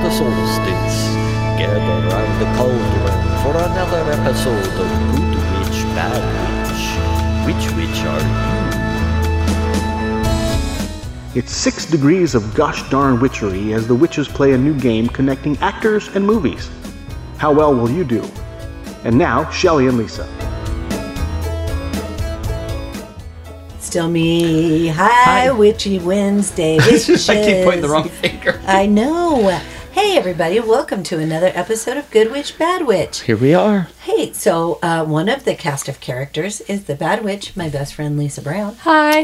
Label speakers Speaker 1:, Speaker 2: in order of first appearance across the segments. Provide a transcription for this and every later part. Speaker 1: solstice, gather round the cauldron for another episode of Good Witch, Bad Witch. Which witch are you?
Speaker 2: It's six degrees of gosh darn witchery as the witches play a new game connecting actors and movies. How well will you do? And now, Shelley and Lisa.
Speaker 3: Still me. Hi,
Speaker 4: Hi.
Speaker 3: Witchy Wednesday. Witches.
Speaker 4: I keep pointing the wrong finger.
Speaker 3: I know. Hey, everybody. Welcome to another episode of Good Witch, Bad Witch.
Speaker 4: Here we are.
Speaker 3: Hey, so uh, one of the cast of characters is the Bad Witch, my best friend Lisa Brown.
Speaker 5: Hi.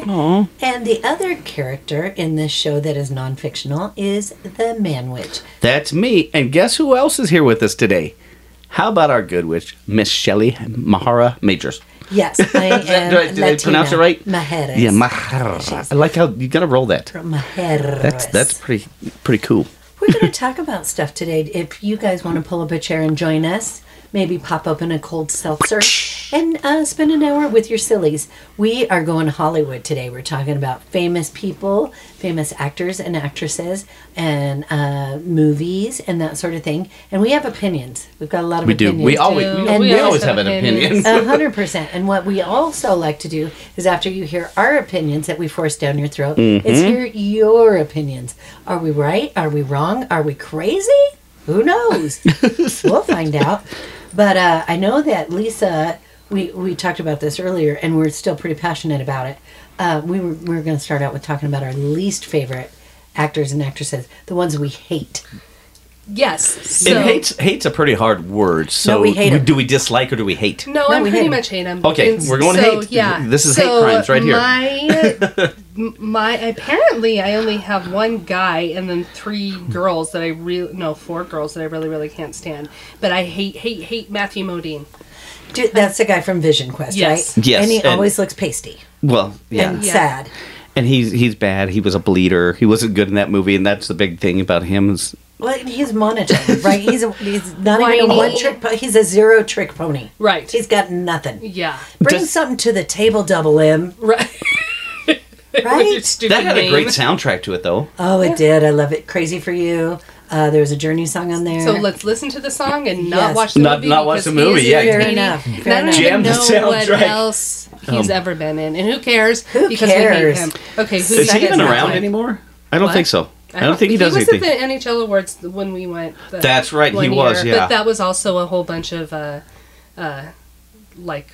Speaker 3: And the other character in this show that is non fictional is the Man Witch.
Speaker 4: That's me. And guess who else is here with us today? How about our good witch, Miss Shelley Mahara Majors?
Speaker 3: Yes, I am.
Speaker 4: that- do I- did I pronounce it right?
Speaker 3: Mujeres.
Speaker 4: Yeah, Mahara. I like how you gotta roll that.
Speaker 3: Mujeres.
Speaker 4: That's that's pretty pretty cool.
Speaker 3: We're going to talk about stuff today. If you guys want to pull up a chair and join us, maybe pop open a cold seltzer and uh, spend an hour with your sillies. We are going Hollywood today. We're talking about famous people, famous actors and actresses, and uh, movies and that sort of thing. And we have opinions. We've got a lot of
Speaker 4: We do.
Speaker 3: opinions.
Speaker 4: We always we,
Speaker 5: And
Speaker 4: we
Speaker 5: we
Speaker 4: always
Speaker 5: always
Speaker 4: have
Speaker 5: have
Speaker 4: an opinion.
Speaker 5: opinions.
Speaker 3: A hundred percent. And what we also like to do is after you hear our opinions that we force down your throat, is hear your opinions. Are we right? Are we wrong? Are we crazy? Who knows? we'll find out. But uh, I know that Lisa, we, we talked about this earlier, and we're still pretty passionate about it. Uh, we were, we were going to start out with talking about our least favorite actors and actresses, the ones we hate.
Speaker 5: Yes. So,
Speaker 4: and hates hates a pretty hard word. So
Speaker 3: we hate 'em.
Speaker 4: do we dislike or do we hate?
Speaker 5: No,
Speaker 3: No,
Speaker 5: I
Speaker 3: we
Speaker 5: pretty
Speaker 3: hate 'em.
Speaker 5: much hate him.
Speaker 4: Okay, we're going hate.
Speaker 5: Yeah.
Speaker 4: This is hate crimes right here.
Speaker 5: My, m- my apparently I only have one guy and then three girls that I really no four girls that I really really can't stand. But I hate hate hate Matthew Modine.
Speaker 3: Dude, that's the guy from Vision Quest,
Speaker 5: Yes.
Speaker 3: right?
Speaker 4: Yes,
Speaker 3: And he
Speaker 4: and-
Speaker 3: always looks pasty
Speaker 4: Well, yeah.
Speaker 3: and
Speaker 5: Yeah.
Speaker 3: sad.
Speaker 4: And he's he's bad. He was a bleeder. He wasn't good in that movie, and that's the big thing about him is
Speaker 3: Well, he's monotone, right? He's a, he's not even a
Speaker 5: Whiny.
Speaker 3: one trick. Po- he's a zero trick pony.
Speaker 5: Right.
Speaker 3: He's got nothing.
Speaker 5: yeah.
Speaker 3: Bring
Speaker 4: Does-
Speaker 3: something to the table, Double M.
Speaker 5: Right. With your
Speaker 3: Right?
Speaker 5: stupid
Speaker 4: that had a
Speaker 5: name.
Speaker 4: great soundtrack to it though.
Speaker 3: oh, it did. I love it. Crazy for you. Uh, there was a Journey song on there.
Speaker 5: So let's listen to the song and not
Speaker 3: Yes.
Speaker 5: watch the
Speaker 4: Not-
Speaker 5: movie.
Speaker 4: not watch the
Speaker 5: because he
Speaker 4: movie,
Speaker 5: is
Speaker 4: yeah.
Speaker 3: Fair
Speaker 5: irritating.
Speaker 3: enough,
Speaker 5: And
Speaker 3: fair
Speaker 5: I don't
Speaker 3: enough.
Speaker 5: even
Speaker 4: Jam the
Speaker 5: know what
Speaker 4: soundtrack. Oh.
Speaker 5: else he's ever been in, and who cares?
Speaker 3: Who
Speaker 5: because
Speaker 3: cares?
Speaker 5: we hate him. Okay, who's
Speaker 4: Is
Speaker 5: that
Speaker 4: he even
Speaker 5: guy?
Speaker 4: around anymore? I don't
Speaker 5: What?
Speaker 4: think so. I don't think he does
Speaker 5: was
Speaker 4: anything.
Speaker 5: at the NHL awards when we went. the
Speaker 4: That's right, he
Speaker 5: one
Speaker 4: was, yeah.
Speaker 5: But that was also a whole bunch of, uh, uh, like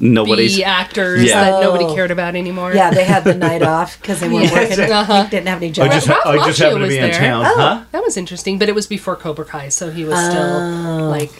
Speaker 4: Nobody's.
Speaker 5: B actors
Speaker 4: Yeah.
Speaker 5: that nobody
Speaker 3: Oh.
Speaker 5: cared about anymore.
Speaker 3: yeah, they had the night off because they weren't
Speaker 4: Yes.
Speaker 3: working.
Speaker 5: Uh-huh.
Speaker 3: Didn't have any job.
Speaker 5: just- Ralph I just Macchio happened to was be in there. town,
Speaker 3: Oh.
Speaker 4: huh?
Speaker 5: That was interesting, but it was before Cobra Kai, so he was
Speaker 3: Oh.
Speaker 5: still like,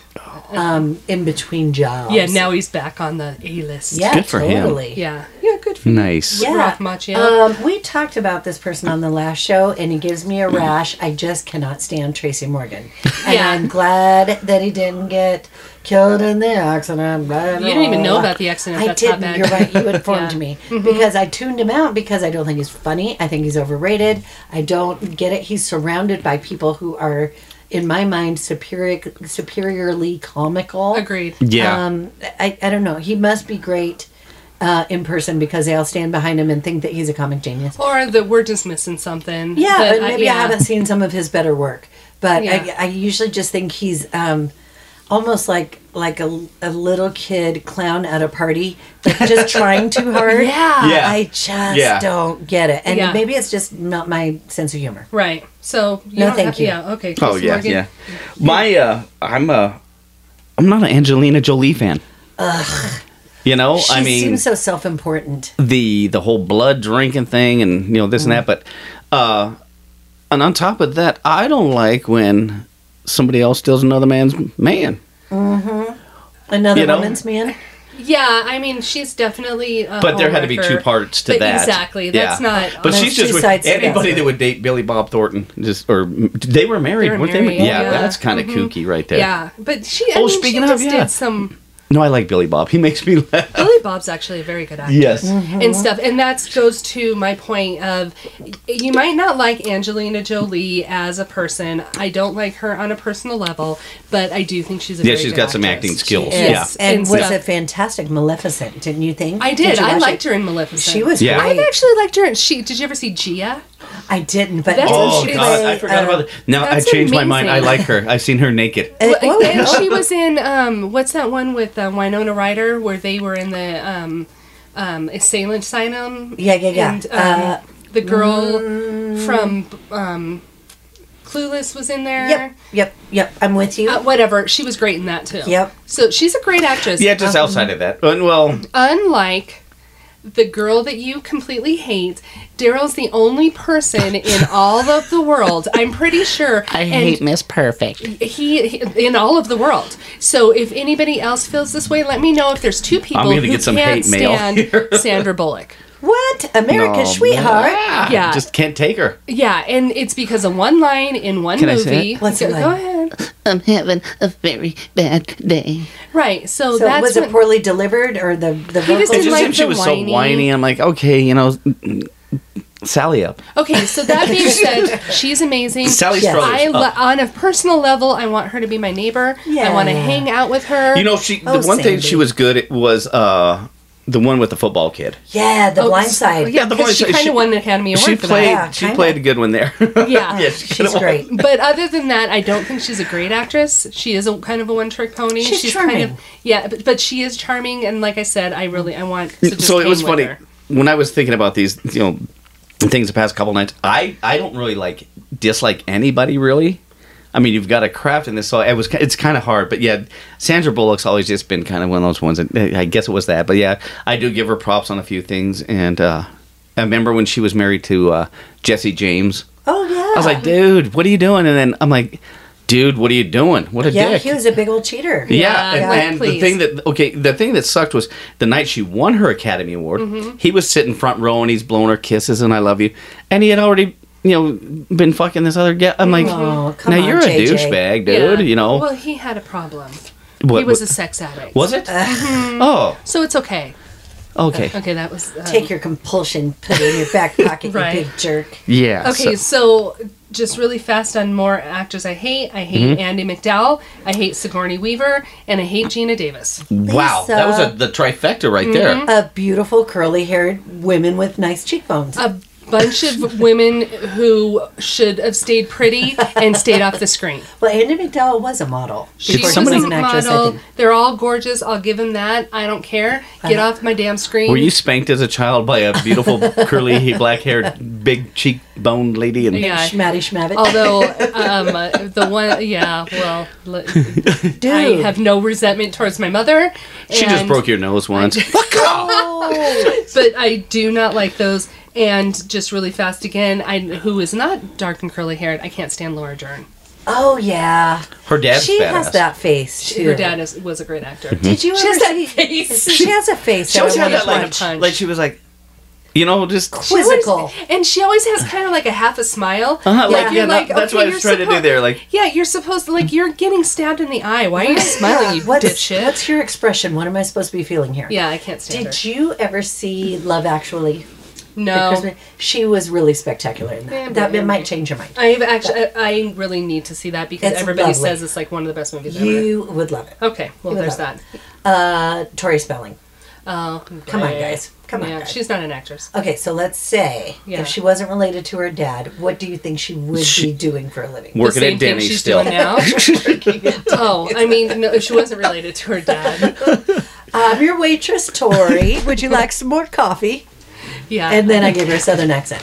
Speaker 3: um, in between jobs.
Speaker 5: yeah. Now he's back on the A list.
Speaker 3: Yeah,
Speaker 4: Good for him.
Speaker 3: totally.
Speaker 5: yeah, uh, yeah. Good for
Speaker 4: Nice.
Speaker 3: Yeah.
Speaker 5: Ralph Macchio.
Speaker 3: Um, we talked about this person on the last show, and he gives me a rash. I just cannot stand Tracy Morgan, and
Speaker 5: Yeah.
Speaker 3: I'm glad that he didn't get killed in the accident. Blah,
Speaker 5: You didn't even
Speaker 3: blah,
Speaker 5: know
Speaker 3: blah.
Speaker 5: about the accident.
Speaker 3: I
Speaker 5: That's not
Speaker 3: didn't.
Speaker 5: bad.
Speaker 3: You're right. You informed
Speaker 5: Yeah. Mm-hmm.
Speaker 3: me because I tuned him out because I don't think he's funny. I think he's overrated. I don't get it. He's surrounded by people who are, in my mind, superior, superiorly comical.
Speaker 5: Agreed.
Speaker 4: Yeah.
Speaker 3: Um, I, I don't know. He must be great uh, in person because they all stand behind him and think that he's a comic genius.
Speaker 5: Or that we're just missing something.
Speaker 3: Yeah,
Speaker 5: that
Speaker 3: but maybe I haven't seen some of his better work. But
Speaker 5: uh, Yeah.
Speaker 3: I, I usually just think he's um, almost like like a, a little kid clown at a party, like just trying too hard.
Speaker 5: Yeah.
Speaker 4: Yeah.
Speaker 3: I just
Speaker 4: Yeah.
Speaker 3: don't get it, and
Speaker 5: Yeah.
Speaker 3: maybe it's just not my sense of humor.
Speaker 5: Right. So you
Speaker 3: No,
Speaker 5: don't
Speaker 3: thank
Speaker 5: have-
Speaker 3: you.
Speaker 5: Yeah. Okay.
Speaker 4: oh
Speaker 5: Tracy
Speaker 4: yeah,
Speaker 5: Morgan.
Speaker 4: yeah. My uh, I'm a, I'm not an Angelina Jolie fan. You know,
Speaker 3: She
Speaker 4: I mean,
Speaker 3: seems so self-important.
Speaker 4: the the whole blood drinking thing and you know this and
Speaker 5: Mm.
Speaker 4: that but uh and on top of that i don't like when somebody else steals another man's man
Speaker 3: Another
Speaker 4: You know?
Speaker 3: woman's man.
Speaker 5: Yeah, I mean, she's definitely. A
Speaker 4: but there had to be
Speaker 5: homewrecker.
Speaker 4: two parts to
Speaker 5: But
Speaker 4: that
Speaker 5: Exactly. That's
Speaker 4: Yeah.
Speaker 5: not.
Speaker 4: but
Speaker 3: There's
Speaker 4: she's just
Speaker 3: two
Speaker 4: with
Speaker 3: sides to that
Speaker 4: anybody that
Speaker 3: story.
Speaker 4: would date billy bob thornton just or they were married
Speaker 5: They were
Speaker 4: weren't
Speaker 5: married,
Speaker 4: they yeah,
Speaker 5: yeah. Mm-hmm.
Speaker 4: that's kind of kooky right there
Speaker 5: Yeah, but she. I
Speaker 4: Oh,
Speaker 5: mean,
Speaker 4: speaking
Speaker 5: she
Speaker 4: of,
Speaker 5: just
Speaker 4: yeah.
Speaker 5: did some.
Speaker 4: no i like billy bob he makes me laugh
Speaker 5: Billy Bob's actually a very good actor.
Speaker 4: yes
Speaker 5: and stuff. And that goes to my point of you might not like Angelina Jolie as a person. I don't like her on a personal level, but I do think she's a
Speaker 4: yeah
Speaker 5: very
Speaker 4: she's
Speaker 5: good
Speaker 4: got some
Speaker 5: actress.
Speaker 4: acting skills yeah
Speaker 3: Yes, and
Speaker 5: And
Speaker 3: was
Speaker 5: stuff.
Speaker 3: a fantastic Maleficent, didn't you think?
Speaker 5: I did.
Speaker 3: you
Speaker 5: I
Speaker 3: watch
Speaker 5: liked
Speaker 3: it?
Speaker 5: her in Maleficent.
Speaker 3: She was
Speaker 4: Yeah.
Speaker 3: great.
Speaker 5: I actually liked her. She did you ever see Gia?
Speaker 3: I didn't, but
Speaker 5: That's
Speaker 3: does
Speaker 5: what
Speaker 4: Oh
Speaker 3: she
Speaker 5: she's-
Speaker 4: God, I
Speaker 3: play,
Speaker 4: forgot
Speaker 3: uh,
Speaker 4: about that. Now I
Speaker 5: That's
Speaker 4: changed my mind. I
Speaker 5: amazing.
Speaker 4: like her. I've seen her naked.
Speaker 3: uh,
Speaker 5: Well,
Speaker 3: oh,
Speaker 5: and she was in um, what's that one with um, Winona Ryder where they were in the um, um, assailant asylum?
Speaker 3: Yeah, yeah, yeah.
Speaker 5: And, um,
Speaker 3: Uh, mm.
Speaker 5: the girl from um, Clueless was in there.
Speaker 3: Yep, yep, yep. I'm with you.
Speaker 5: Uh, whatever. She was great in that too.
Speaker 3: Yep.
Speaker 5: So she's a great actress.
Speaker 4: Yeah, just outside of that. And, Uh, Well,
Speaker 5: Unlike the girl that you completely hate, Daryl's the only person in all of the world. I'm pretty sure. I hate Miss Perfect. He, he- in all of the world. So if anybody else feels this way, let me know. If there's two people
Speaker 4: gonna
Speaker 5: who
Speaker 4: get some
Speaker 5: can't
Speaker 4: hate mail here.
Speaker 5: stand Sandra Bullock.
Speaker 3: what? America's sweetheart.
Speaker 4: Yeah,
Speaker 5: Yeah.
Speaker 4: ah, just can't take her.
Speaker 5: Yeah, and it's because of one line in one
Speaker 4: Can I say
Speaker 5: movie.
Speaker 4: it?
Speaker 3: What's the
Speaker 5: Go-
Speaker 3: line?
Speaker 5: Go ahead.
Speaker 6: I'm having a very bad day.
Speaker 5: Right. So,
Speaker 3: So
Speaker 5: that's
Speaker 3: was
Speaker 5: when-
Speaker 3: it poorly delivered or the the
Speaker 5: just
Speaker 4: It
Speaker 3: vocals?
Speaker 5: didn't
Speaker 4: just
Speaker 5: like
Speaker 4: seemed she
Speaker 5: the
Speaker 4: was so
Speaker 5: whiny-
Speaker 4: whiny. I'm like, okay, you know, Sally up.
Speaker 5: Okay, so that being said, she's amazing.
Speaker 4: Sally
Speaker 3: Yes.
Speaker 4: Struthers
Speaker 5: I
Speaker 4: up.
Speaker 5: lo- on a personal level, I want her to be my neighbor. I want to
Speaker 3: Yeah.
Speaker 5: hang out with her.
Speaker 4: You know, she the
Speaker 3: Oh,
Speaker 4: one thing
Speaker 3: Sandy.
Speaker 4: she was good at was uh the one with the football kid.
Speaker 3: Yeah, the
Speaker 5: Oh,
Speaker 3: blind
Speaker 5: s-
Speaker 3: side.
Speaker 5: Yeah,
Speaker 4: Yeah, the
Speaker 5: because
Speaker 4: blind
Speaker 5: she
Speaker 4: side.
Speaker 5: kind
Speaker 4: She-
Speaker 5: of won the Academy Award
Speaker 4: She
Speaker 5: for
Speaker 4: played
Speaker 3: Yeah,
Speaker 4: she
Speaker 3: kinda.
Speaker 4: played a good one there.
Speaker 5: that. Yeah.
Speaker 4: yeah, she
Speaker 3: She's
Speaker 4: could've won.
Speaker 3: great.
Speaker 5: But other than that, I don't think she's a great actress. She is a kind of a one-trick pony.
Speaker 3: She's
Speaker 5: Kind
Speaker 3: charming.
Speaker 5: of, yeah, but, but she is charming, and like I said, I really I want. To just
Speaker 4: so it
Speaker 5: hang
Speaker 4: was
Speaker 5: with
Speaker 4: funny
Speaker 5: her.
Speaker 4: when I was thinking about these, you know, things the past couple nights. I I don't really like dislike anybody really. I mean, you've got a craft in this, so it was ki- it's kind of hard. But yeah, Sandra Bullock's always just been kind of one of those ones. That, I guess it was that, but yeah, I do give her props on a few things. And uh, I remember when she was married to uh, Jesse James.
Speaker 3: Oh yeah.
Speaker 4: I was like, dude, what are you doing? And then I'm like, dude, what are you doing? What a
Speaker 3: yeah,
Speaker 4: dick.
Speaker 3: he was a big old cheater.
Speaker 4: Yeah,
Speaker 5: Yeah,
Speaker 4: and,
Speaker 5: like,
Speaker 4: and the
Speaker 5: please.
Speaker 4: thing that okay, the thing that sucked was the night she won her Academy Award.
Speaker 5: Mm-hmm.
Speaker 4: He was sitting front row and he's blowing her kisses and I love you, and he had already you know been fucking this other guy. I'm like,
Speaker 3: Oh, come
Speaker 4: now
Speaker 3: on,
Speaker 4: you're a
Speaker 3: JJ."
Speaker 4: douchebag,
Speaker 5: Mm-hmm. Yeah.
Speaker 4: dude. You know
Speaker 5: Well, he had a problem.
Speaker 4: what
Speaker 5: he was a
Speaker 4: what-
Speaker 5: sex addict.
Speaker 4: was it?
Speaker 3: uh,
Speaker 5: Mm-hmm.
Speaker 4: Oh,
Speaker 5: So it's okay.
Speaker 4: okay,
Speaker 5: Okay, that was uh,
Speaker 3: Take your compulsion, put it in your back pocket,
Speaker 5: Right.
Speaker 3: you big jerk.
Speaker 4: yeah.
Speaker 5: Okay,
Speaker 4: so-
Speaker 5: so, just really fast on more actors I hate. I hate
Speaker 4: Mm-hmm.
Speaker 5: Andy McDowell, I hate Sigourney Weaver, and I hate Gina Davis.
Speaker 4: wow, that was
Speaker 3: Lisa.
Speaker 4: a, the trifecta right there.
Speaker 5: Mm-hmm.
Speaker 3: A beautiful curly haired women with nice cheekbones.
Speaker 5: A
Speaker 4: Mm.
Speaker 5: bunch of women who should have stayed pretty and stayed off the screen.
Speaker 3: well, Andy McDowell was a model.
Speaker 5: She
Speaker 3: before
Speaker 5: was
Speaker 4: somebody-
Speaker 5: a
Speaker 3: an actress, I
Speaker 5: model.
Speaker 3: think.
Speaker 5: They're all gorgeous. I'll give them that. I don't care. Get off my damn screen.
Speaker 4: Were you spanked as a child by a beautiful, curly, black-haired, big cheekbone lady? And
Speaker 5: Yeah. Oh,
Speaker 3: Schmatty Schmabbit.
Speaker 5: Although um, uh, the one, yeah, well, l-
Speaker 3: Dude.
Speaker 5: I have no resentment towards my mother.
Speaker 4: she just
Speaker 5: and-
Speaker 4: broke your nose once.
Speaker 5: but I do not like those. And just really fast again, I who is not dark and curly haired. I can't stand Laura Dern.
Speaker 3: oh, yeah.
Speaker 4: Her dad's
Speaker 3: she
Speaker 4: badass.
Speaker 3: has that face, too.
Speaker 5: Her dad is, was a great actor.
Speaker 4: Mm-hmm.
Speaker 3: Did you
Speaker 5: She
Speaker 3: ever
Speaker 5: has
Speaker 3: see?
Speaker 5: that face.
Speaker 3: She has a face.
Speaker 4: She
Speaker 3: that
Speaker 4: always
Speaker 3: I
Speaker 4: had
Speaker 3: wanna
Speaker 4: that like,
Speaker 5: to punch.
Speaker 4: like she was like, you know, just
Speaker 5: She always-
Speaker 3: Quizzical.
Speaker 5: and she always has kind of like a half a smile.
Speaker 4: Uh-huh, like,
Speaker 5: you're
Speaker 4: yeah, that- that's what I was
Speaker 5: you're
Speaker 4: trying to do there, like-
Speaker 5: yeah, you're supposed to like you're getting stabbed in the eye. Why are you smiling, you
Speaker 3: What's,
Speaker 5: dipshit?
Speaker 3: what's your expression? What am I supposed to be feeling here?
Speaker 5: yeah, I can't stand
Speaker 3: Did
Speaker 5: her.
Speaker 3: you ever see Love Actually? The
Speaker 5: No,
Speaker 3: Christmas- She was really spectacular in that.
Speaker 5: Yeah,
Speaker 3: that
Speaker 5: but-
Speaker 3: it might change your mind.
Speaker 5: I've actually I, I really need to see that because
Speaker 3: It's
Speaker 5: everybody
Speaker 3: lovely.
Speaker 5: says it's like one of the best movies
Speaker 3: You would love it.
Speaker 5: ever. Okay, well
Speaker 3: You would
Speaker 5: there's
Speaker 3: love
Speaker 5: that.
Speaker 3: Uh, Tori Spelling.
Speaker 5: Oh,
Speaker 3: Come on,
Speaker 5: great.
Speaker 3: guys. Come on,
Speaker 5: Yeah,
Speaker 3: guys.
Speaker 5: she's not an actress.
Speaker 3: Okay, so let's say
Speaker 5: Yeah.
Speaker 3: if she wasn't related to her dad, what do you think she would
Speaker 4: She-
Speaker 3: be doing for a living?
Speaker 4: working
Speaker 5: the same
Speaker 4: at Denny's
Speaker 5: thing she's
Speaker 4: still.
Speaker 5: doing now. oh, I mean, no, she wasn't related to her dad.
Speaker 3: I'm your waitress, Tori. would you like some more coffee?
Speaker 5: Yeah,
Speaker 3: And then I give her a southern accent.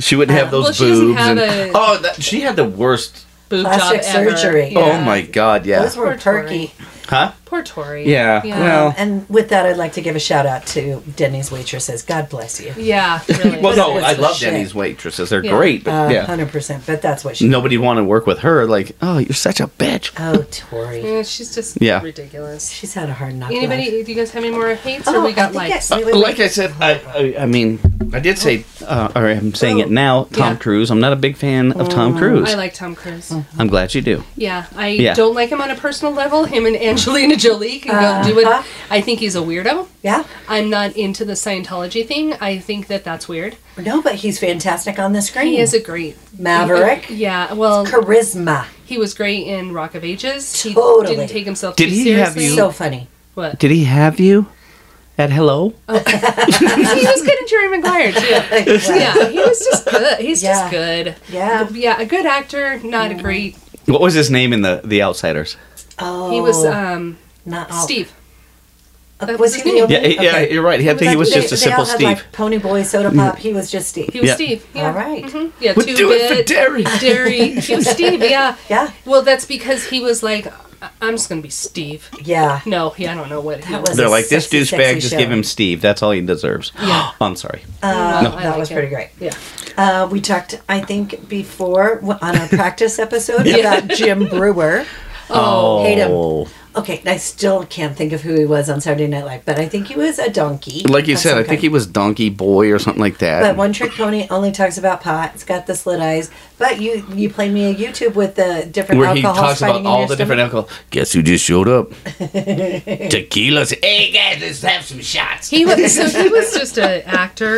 Speaker 4: She wouldn't have those
Speaker 5: well, she doesn't
Speaker 4: boobs.
Speaker 5: have
Speaker 4: and,
Speaker 5: a-
Speaker 4: oh, that, she had the worst.
Speaker 5: boob
Speaker 3: Plastic
Speaker 5: job ever.
Speaker 3: surgery.
Speaker 5: Yeah.
Speaker 4: Oh my god, yeah.
Speaker 3: Those were
Speaker 5: Poor Tori.
Speaker 3: perky.
Speaker 4: huh?
Speaker 5: Poor Tori.
Speaker 4: Yeah, well-
Speaker 3: And with that, I'd like to give a shout out to Denny's waitresses. God bless you.
Speaker 5: yeah. Really.
Speaker 4: Well, no,
Speaker 3: That's
Speaker 4: I
Speaker 3: the
Speaker 4: love
Speaker 3: shit.
Speaker 4: Denny's waitresses. They're
Speaker 5: Yeah.
Speaker 4: great, but
Speaker 3: Uh,
Speaker 4: yeah,
Speaker 3: 100%. But that's what she.
Speaker 4: nobody wanted to work with her. Like, oh, you're such a bitch.
Speaker 3: Oh, Tori.
Speaker 5: Yeah, she's just
Speaker 4: Yeah.
Speaker 5: ridiculous.
Speaker 3: She's had a hard knock. life.
Speaker 5: Anybody? Do you guys have any more hates, or
Speaker 3: Oh,
Speaker 5: we got
Speaker 3: I think
Speaker 5: likes?
Speaker 3: I- wait, wait, wait.
Speaker 4: Uh, Like I said, I, I, I mean, I did say, uh, or I'm saying it
Speaker 3: Oh.
Speaker 4: now. Tom
Speaker 5: Yeah. Oh,
Speaker 4: Cruise. I'm not a big fan of Tom Cruise.
Speaker 5: I like Tom Cruise.
Speaker 3: Oh.
Speaker 4: I'm glad you do.
Speaker 5: Yeah, I
Speaker 4: Yeah.
Speaker 5: don't like him on a personal level. Him and Angelina Jolie can go do
Speaker 3: Uh-huh.
Speaker 5: it. I think he's a weirdo.
Speaker 3: Yeah.
Speaker 5: I'm not into the Scientology thing. I think that that's weird.
Speaker 3: No, but he's fantastic on the screen.
Speaker 5: He is a great
Speaker 3: Maverick.
Speaker 5: Yeah, well,
Speaker 3: Charisma.
Speaker 5: He was great in Rock of Ages. He
Speaker 3: Totally.
Speaker 5: didn't take himself
Speaker 4: Did
Speaker 5: too
Speaker 4: he have
Speaker 5: seriously.
Speaker 4: you-
Speaker 3: So funny.
Speaker 5: what?
Speaker 4: Did he have you? at hello.
Speaker 5: he was good in Jerry Maguire too. Yeah, he was just good. He's
Speaker 3: Yeah.
Speaker 5: just good.
Speaker 3: Yeah.
Speaker 5: yeah, a good actor, not a great.
Speaker 4: What was his name in the The Outsiders?
Speaker 3: Oh,
Speaker 5: He was um
Speaker 3: not all-
Speaker 5: Steve.
Speaker 3: Uh,
Speaker 5: that
Speaker 3: was
Speaker 5: was
Speaker 3: he
Speaker 5: his
Speaker 3: the
Speaker 5: name.
Speaker 3: only?
Speaker 4: Yeah, yeah,
Speaker 3: okay.
Speaker 4: you're right. I think he was
Speaker 3: They-
Speaker 4: just a
Speaker 3: they
Speaker 4: simple
Speaker 3: all had, like,
Speaker 4: Steve. Mm-hmm.
Speaker 3: Pony Boy, Soda Pop. He was just Steve.
Speaker 5: He was
Speaker 4: Yeah.
Speaker 5: Steve. Yeah.
Speaker 3: All right.
Speaker 5: Mhm. Yeah,
Speaker 4: Would
Speaker 5: two
Speaker 4: do it for
Speaker 5: bit,
Speaker 4: dairy.
Speaker 5: Dairy. He was Steve. Yeah.
Speaker 3: Yeah.
Speaker 5: Well, that's because he was like, "I- I'm just gonna be Steve.
Speaker 3: Yeah.
Speaker 5: No, he, I don't know what. He
Speaker 3: That
Speaker 5: was.
Speaker 3: was
Speaker 4: They're
Speaker 3: a
Speaker 4: like this
Speaker 3: sexy,
Speaker 4: douchebag.
Speaker 3: sexy
Speaker 4: Just
Speaker 3: show.
Speaker 4: give him Steve. That's all he deserves.
Speaker 5: Yeah.
Speaker 4: I'm sorry.
Speaker 5: Uh, I
Speaker 3: That
Speaker 5: like
Speaker 3: was
Speaker 5: it.
Speaker 3: pretty great.
Speaker 5: Yeah.
Speaker 3: Uh, we talked, I think, before w- on our practice episode about Jim Brewer.
Speaker 4: Oh,
Speaker 3: hate him. Okay, I still can't think of who he was on Saturday Night Live, but I think he was a donkey.
Speaker 4: Like you
Speaker 3: of
Speaker 4: said,
Speaker 3: some
Speaker 4: I think
Speaker 3: kind.
Speaker 4: he was Donkey Boy or something like that.
Speaker 3: But One Trick Pony only talks about pot. It's got the slit eyes. But you you played me a YouTube with the different
Speaker 4: where he
Speaker 3: alcohols
Speaker 4: talks
Speaker 3: fighting
Speaker 4: about
Speaker 3: in
Speaker 4: all
Speaker 3: your
Speaker 4: the different
Speaker 3: stomach.
Speaker 4: alcohol. Guess who just showed up? Tequila's. Hey guys, let's have some shots.
Speaker 5: He was so he was just an actor,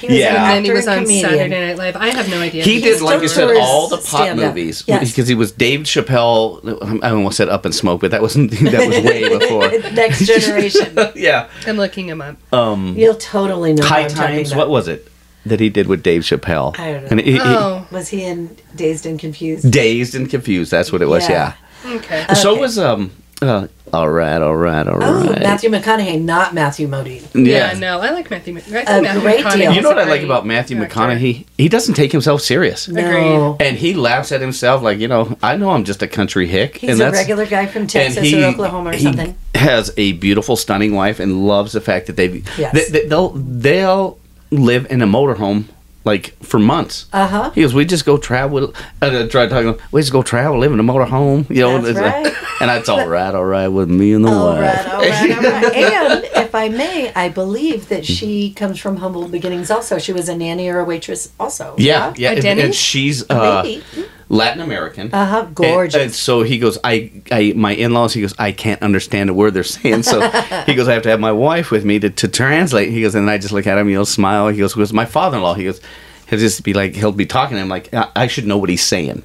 Speaker 3: He was an
Speaker 4: Yeah.
Speaker 5: and then he
Speaker 3: actor
Speaker 5: was on
Speaker 3: comedian.
Speaker 5: Saturday Night Live. I have no idea.
Speaker 4: He did,
Speaker 3: still
Speaker 4: like you said,
Speaker 3: tours
Speaker 4: all the pop
Speaker 3: stand-up.
Speaker 4: movies
Speaker 3: Yes.
Speaker 4: because he was Dave Chappelle. I almost said Up and Smoke, but that wasn't. That was way before.
Speaker 3: Next generation.
Speaker 4: yeah.
Speaker 5: I'm looking him up.
Speaker 4: Uh,
Speaker 3: You'll totally know.
Speaker 4: High
Speaker 3: what I'm talking
Speaker 4: Times.
Speaker 3: about.
Speaker 4: What was it that he did with Dave Chappelle?
Speaker 3: I don't know.
Speaker 4: And he- he-
Speaker 5: oh,
Speaker 3: was he in Dazed and Confused?
Speaker 4: dazed and confused. That's what it was.
Speaker 3: Yeah.
Speaker 4: Yeah.
Speaker 5: okay.
Speaker 4: So
Speaker 3: Okay.
Speaker 4: was um. Uh, all right. All right. All
Speaker 3: Oh,
Speaker 4: right.
Speaker 3: Matthew McConaughey, not Matthew Modine.
Speaker 5: yeah. no, I like Matthew. Mc- I think
Speaker 3: A
Speaker 5: Matthew
Speaker 3: great
Speaker 5: McConaughey
Speaker 3: deal.
Speaker 5: is
Speaker 4: You know what
Speaker 5: a
Speaker 4: I like
Speaker 5: great
Speaker 4: about Matthew
Speaker 5: actor.
Speaker 4: McConaughey? He doesn't take himself serious.
Speaker 3: No.
Speaker 4: And he laughs at himself like, you know, I know I'm just a country hick.
Speaker 3: He's
Speaker 4: and
Speaker 3: a regular guy from Texas or Oklahoma or
Speaker 4: he
Speaker 3: something.
Speaker 4: has a beautiful, stunning wife and loves the fact that they've,
Speaker 3: Yes.
Speaker 4: they, they, they'll, they'll live in a motorhome like for months.
Speaker 3: Uh-huh.
Speaker 4: He goes, we just go travel. And I tried talking, we just go travel, live in a motorhome. You know,
Speaker 3: That's
Speaker 4: it's like-
Speaker 3: right.
Speaker 4: and that's all right, all right with me and the
Speaker 3: All
Speaker 4: wife.
Speaker 3: right, all right, all right. And if I may, I believe that she comes from humble beginnings also. She was a nanny or a waitress also.
Speaker 4: Yeah, yeah.
Speaker 5: A
Speaker 4: and- And,
Speaker 5: Denny's?
Speaker 4: she's uh,
Speaker 3: Maybe.
Speaker 4: Latin American.
Speaker 3: Uh-huh,
Speaker 4: And-
Speaker 3: gorgeous.
Speaker 4: And, so he goes, I, I, my in-laws. He goes, I can't understand a word they're saying. So he goes, I have to have my wife with me to, to translate. He goes, and I just look at him, you know, smile. He goes, who's my father-in-law? He goes, he'll just be like, he'll be talking. to him like, I, I should know what he's saying.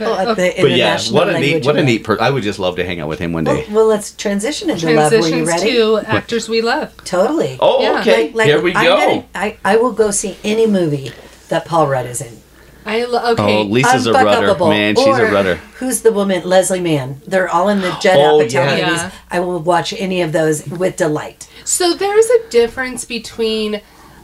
Speaker 3: Oh, at the
Speaker 4: but yeah,
Speaker 3: international
Speaker 4: what a neat,
Speaker 3: language
Speaker 4: what a
Speaker 3: event.
Speaker 4: neat person. I would just love to hang out with him one
Speaker 3: Well,
Speaker 4: day.
Speaker 3: well, let's transition into love. Were you
Speaker 5: Transitions
Speaker 3: ready?
Speaker 5: to actors we love.
Speaker 3: Totally.
Speaker 4: Oh,
Speaker 5: yeah.
Speaker 4: okay. Here we
Speaker 3: I'm
Speaker 4: go.
Speaker 3: gonna- I, I will go see any movie that Paul Rudd is in.
Speaker 5: I lo- okay.
Speaker 4: Oh, Lisa's a rudder,
Speaker 3: Unfuckable.
Speaker 4: man. She's a
Speaker 3: Or
Speaker 4: rudder.
Speaker 3: Who's the woman? Leslie Mann. They're all in the Judd
Speaker 4: Oh,
Speaker 3: Apatow
Speaker 4: yeah.
Speaker 3: movies.
Speaker 5: Yeah.
Speaker 3: I will watch any of those with delight.
Speaker 5: So there's a difference between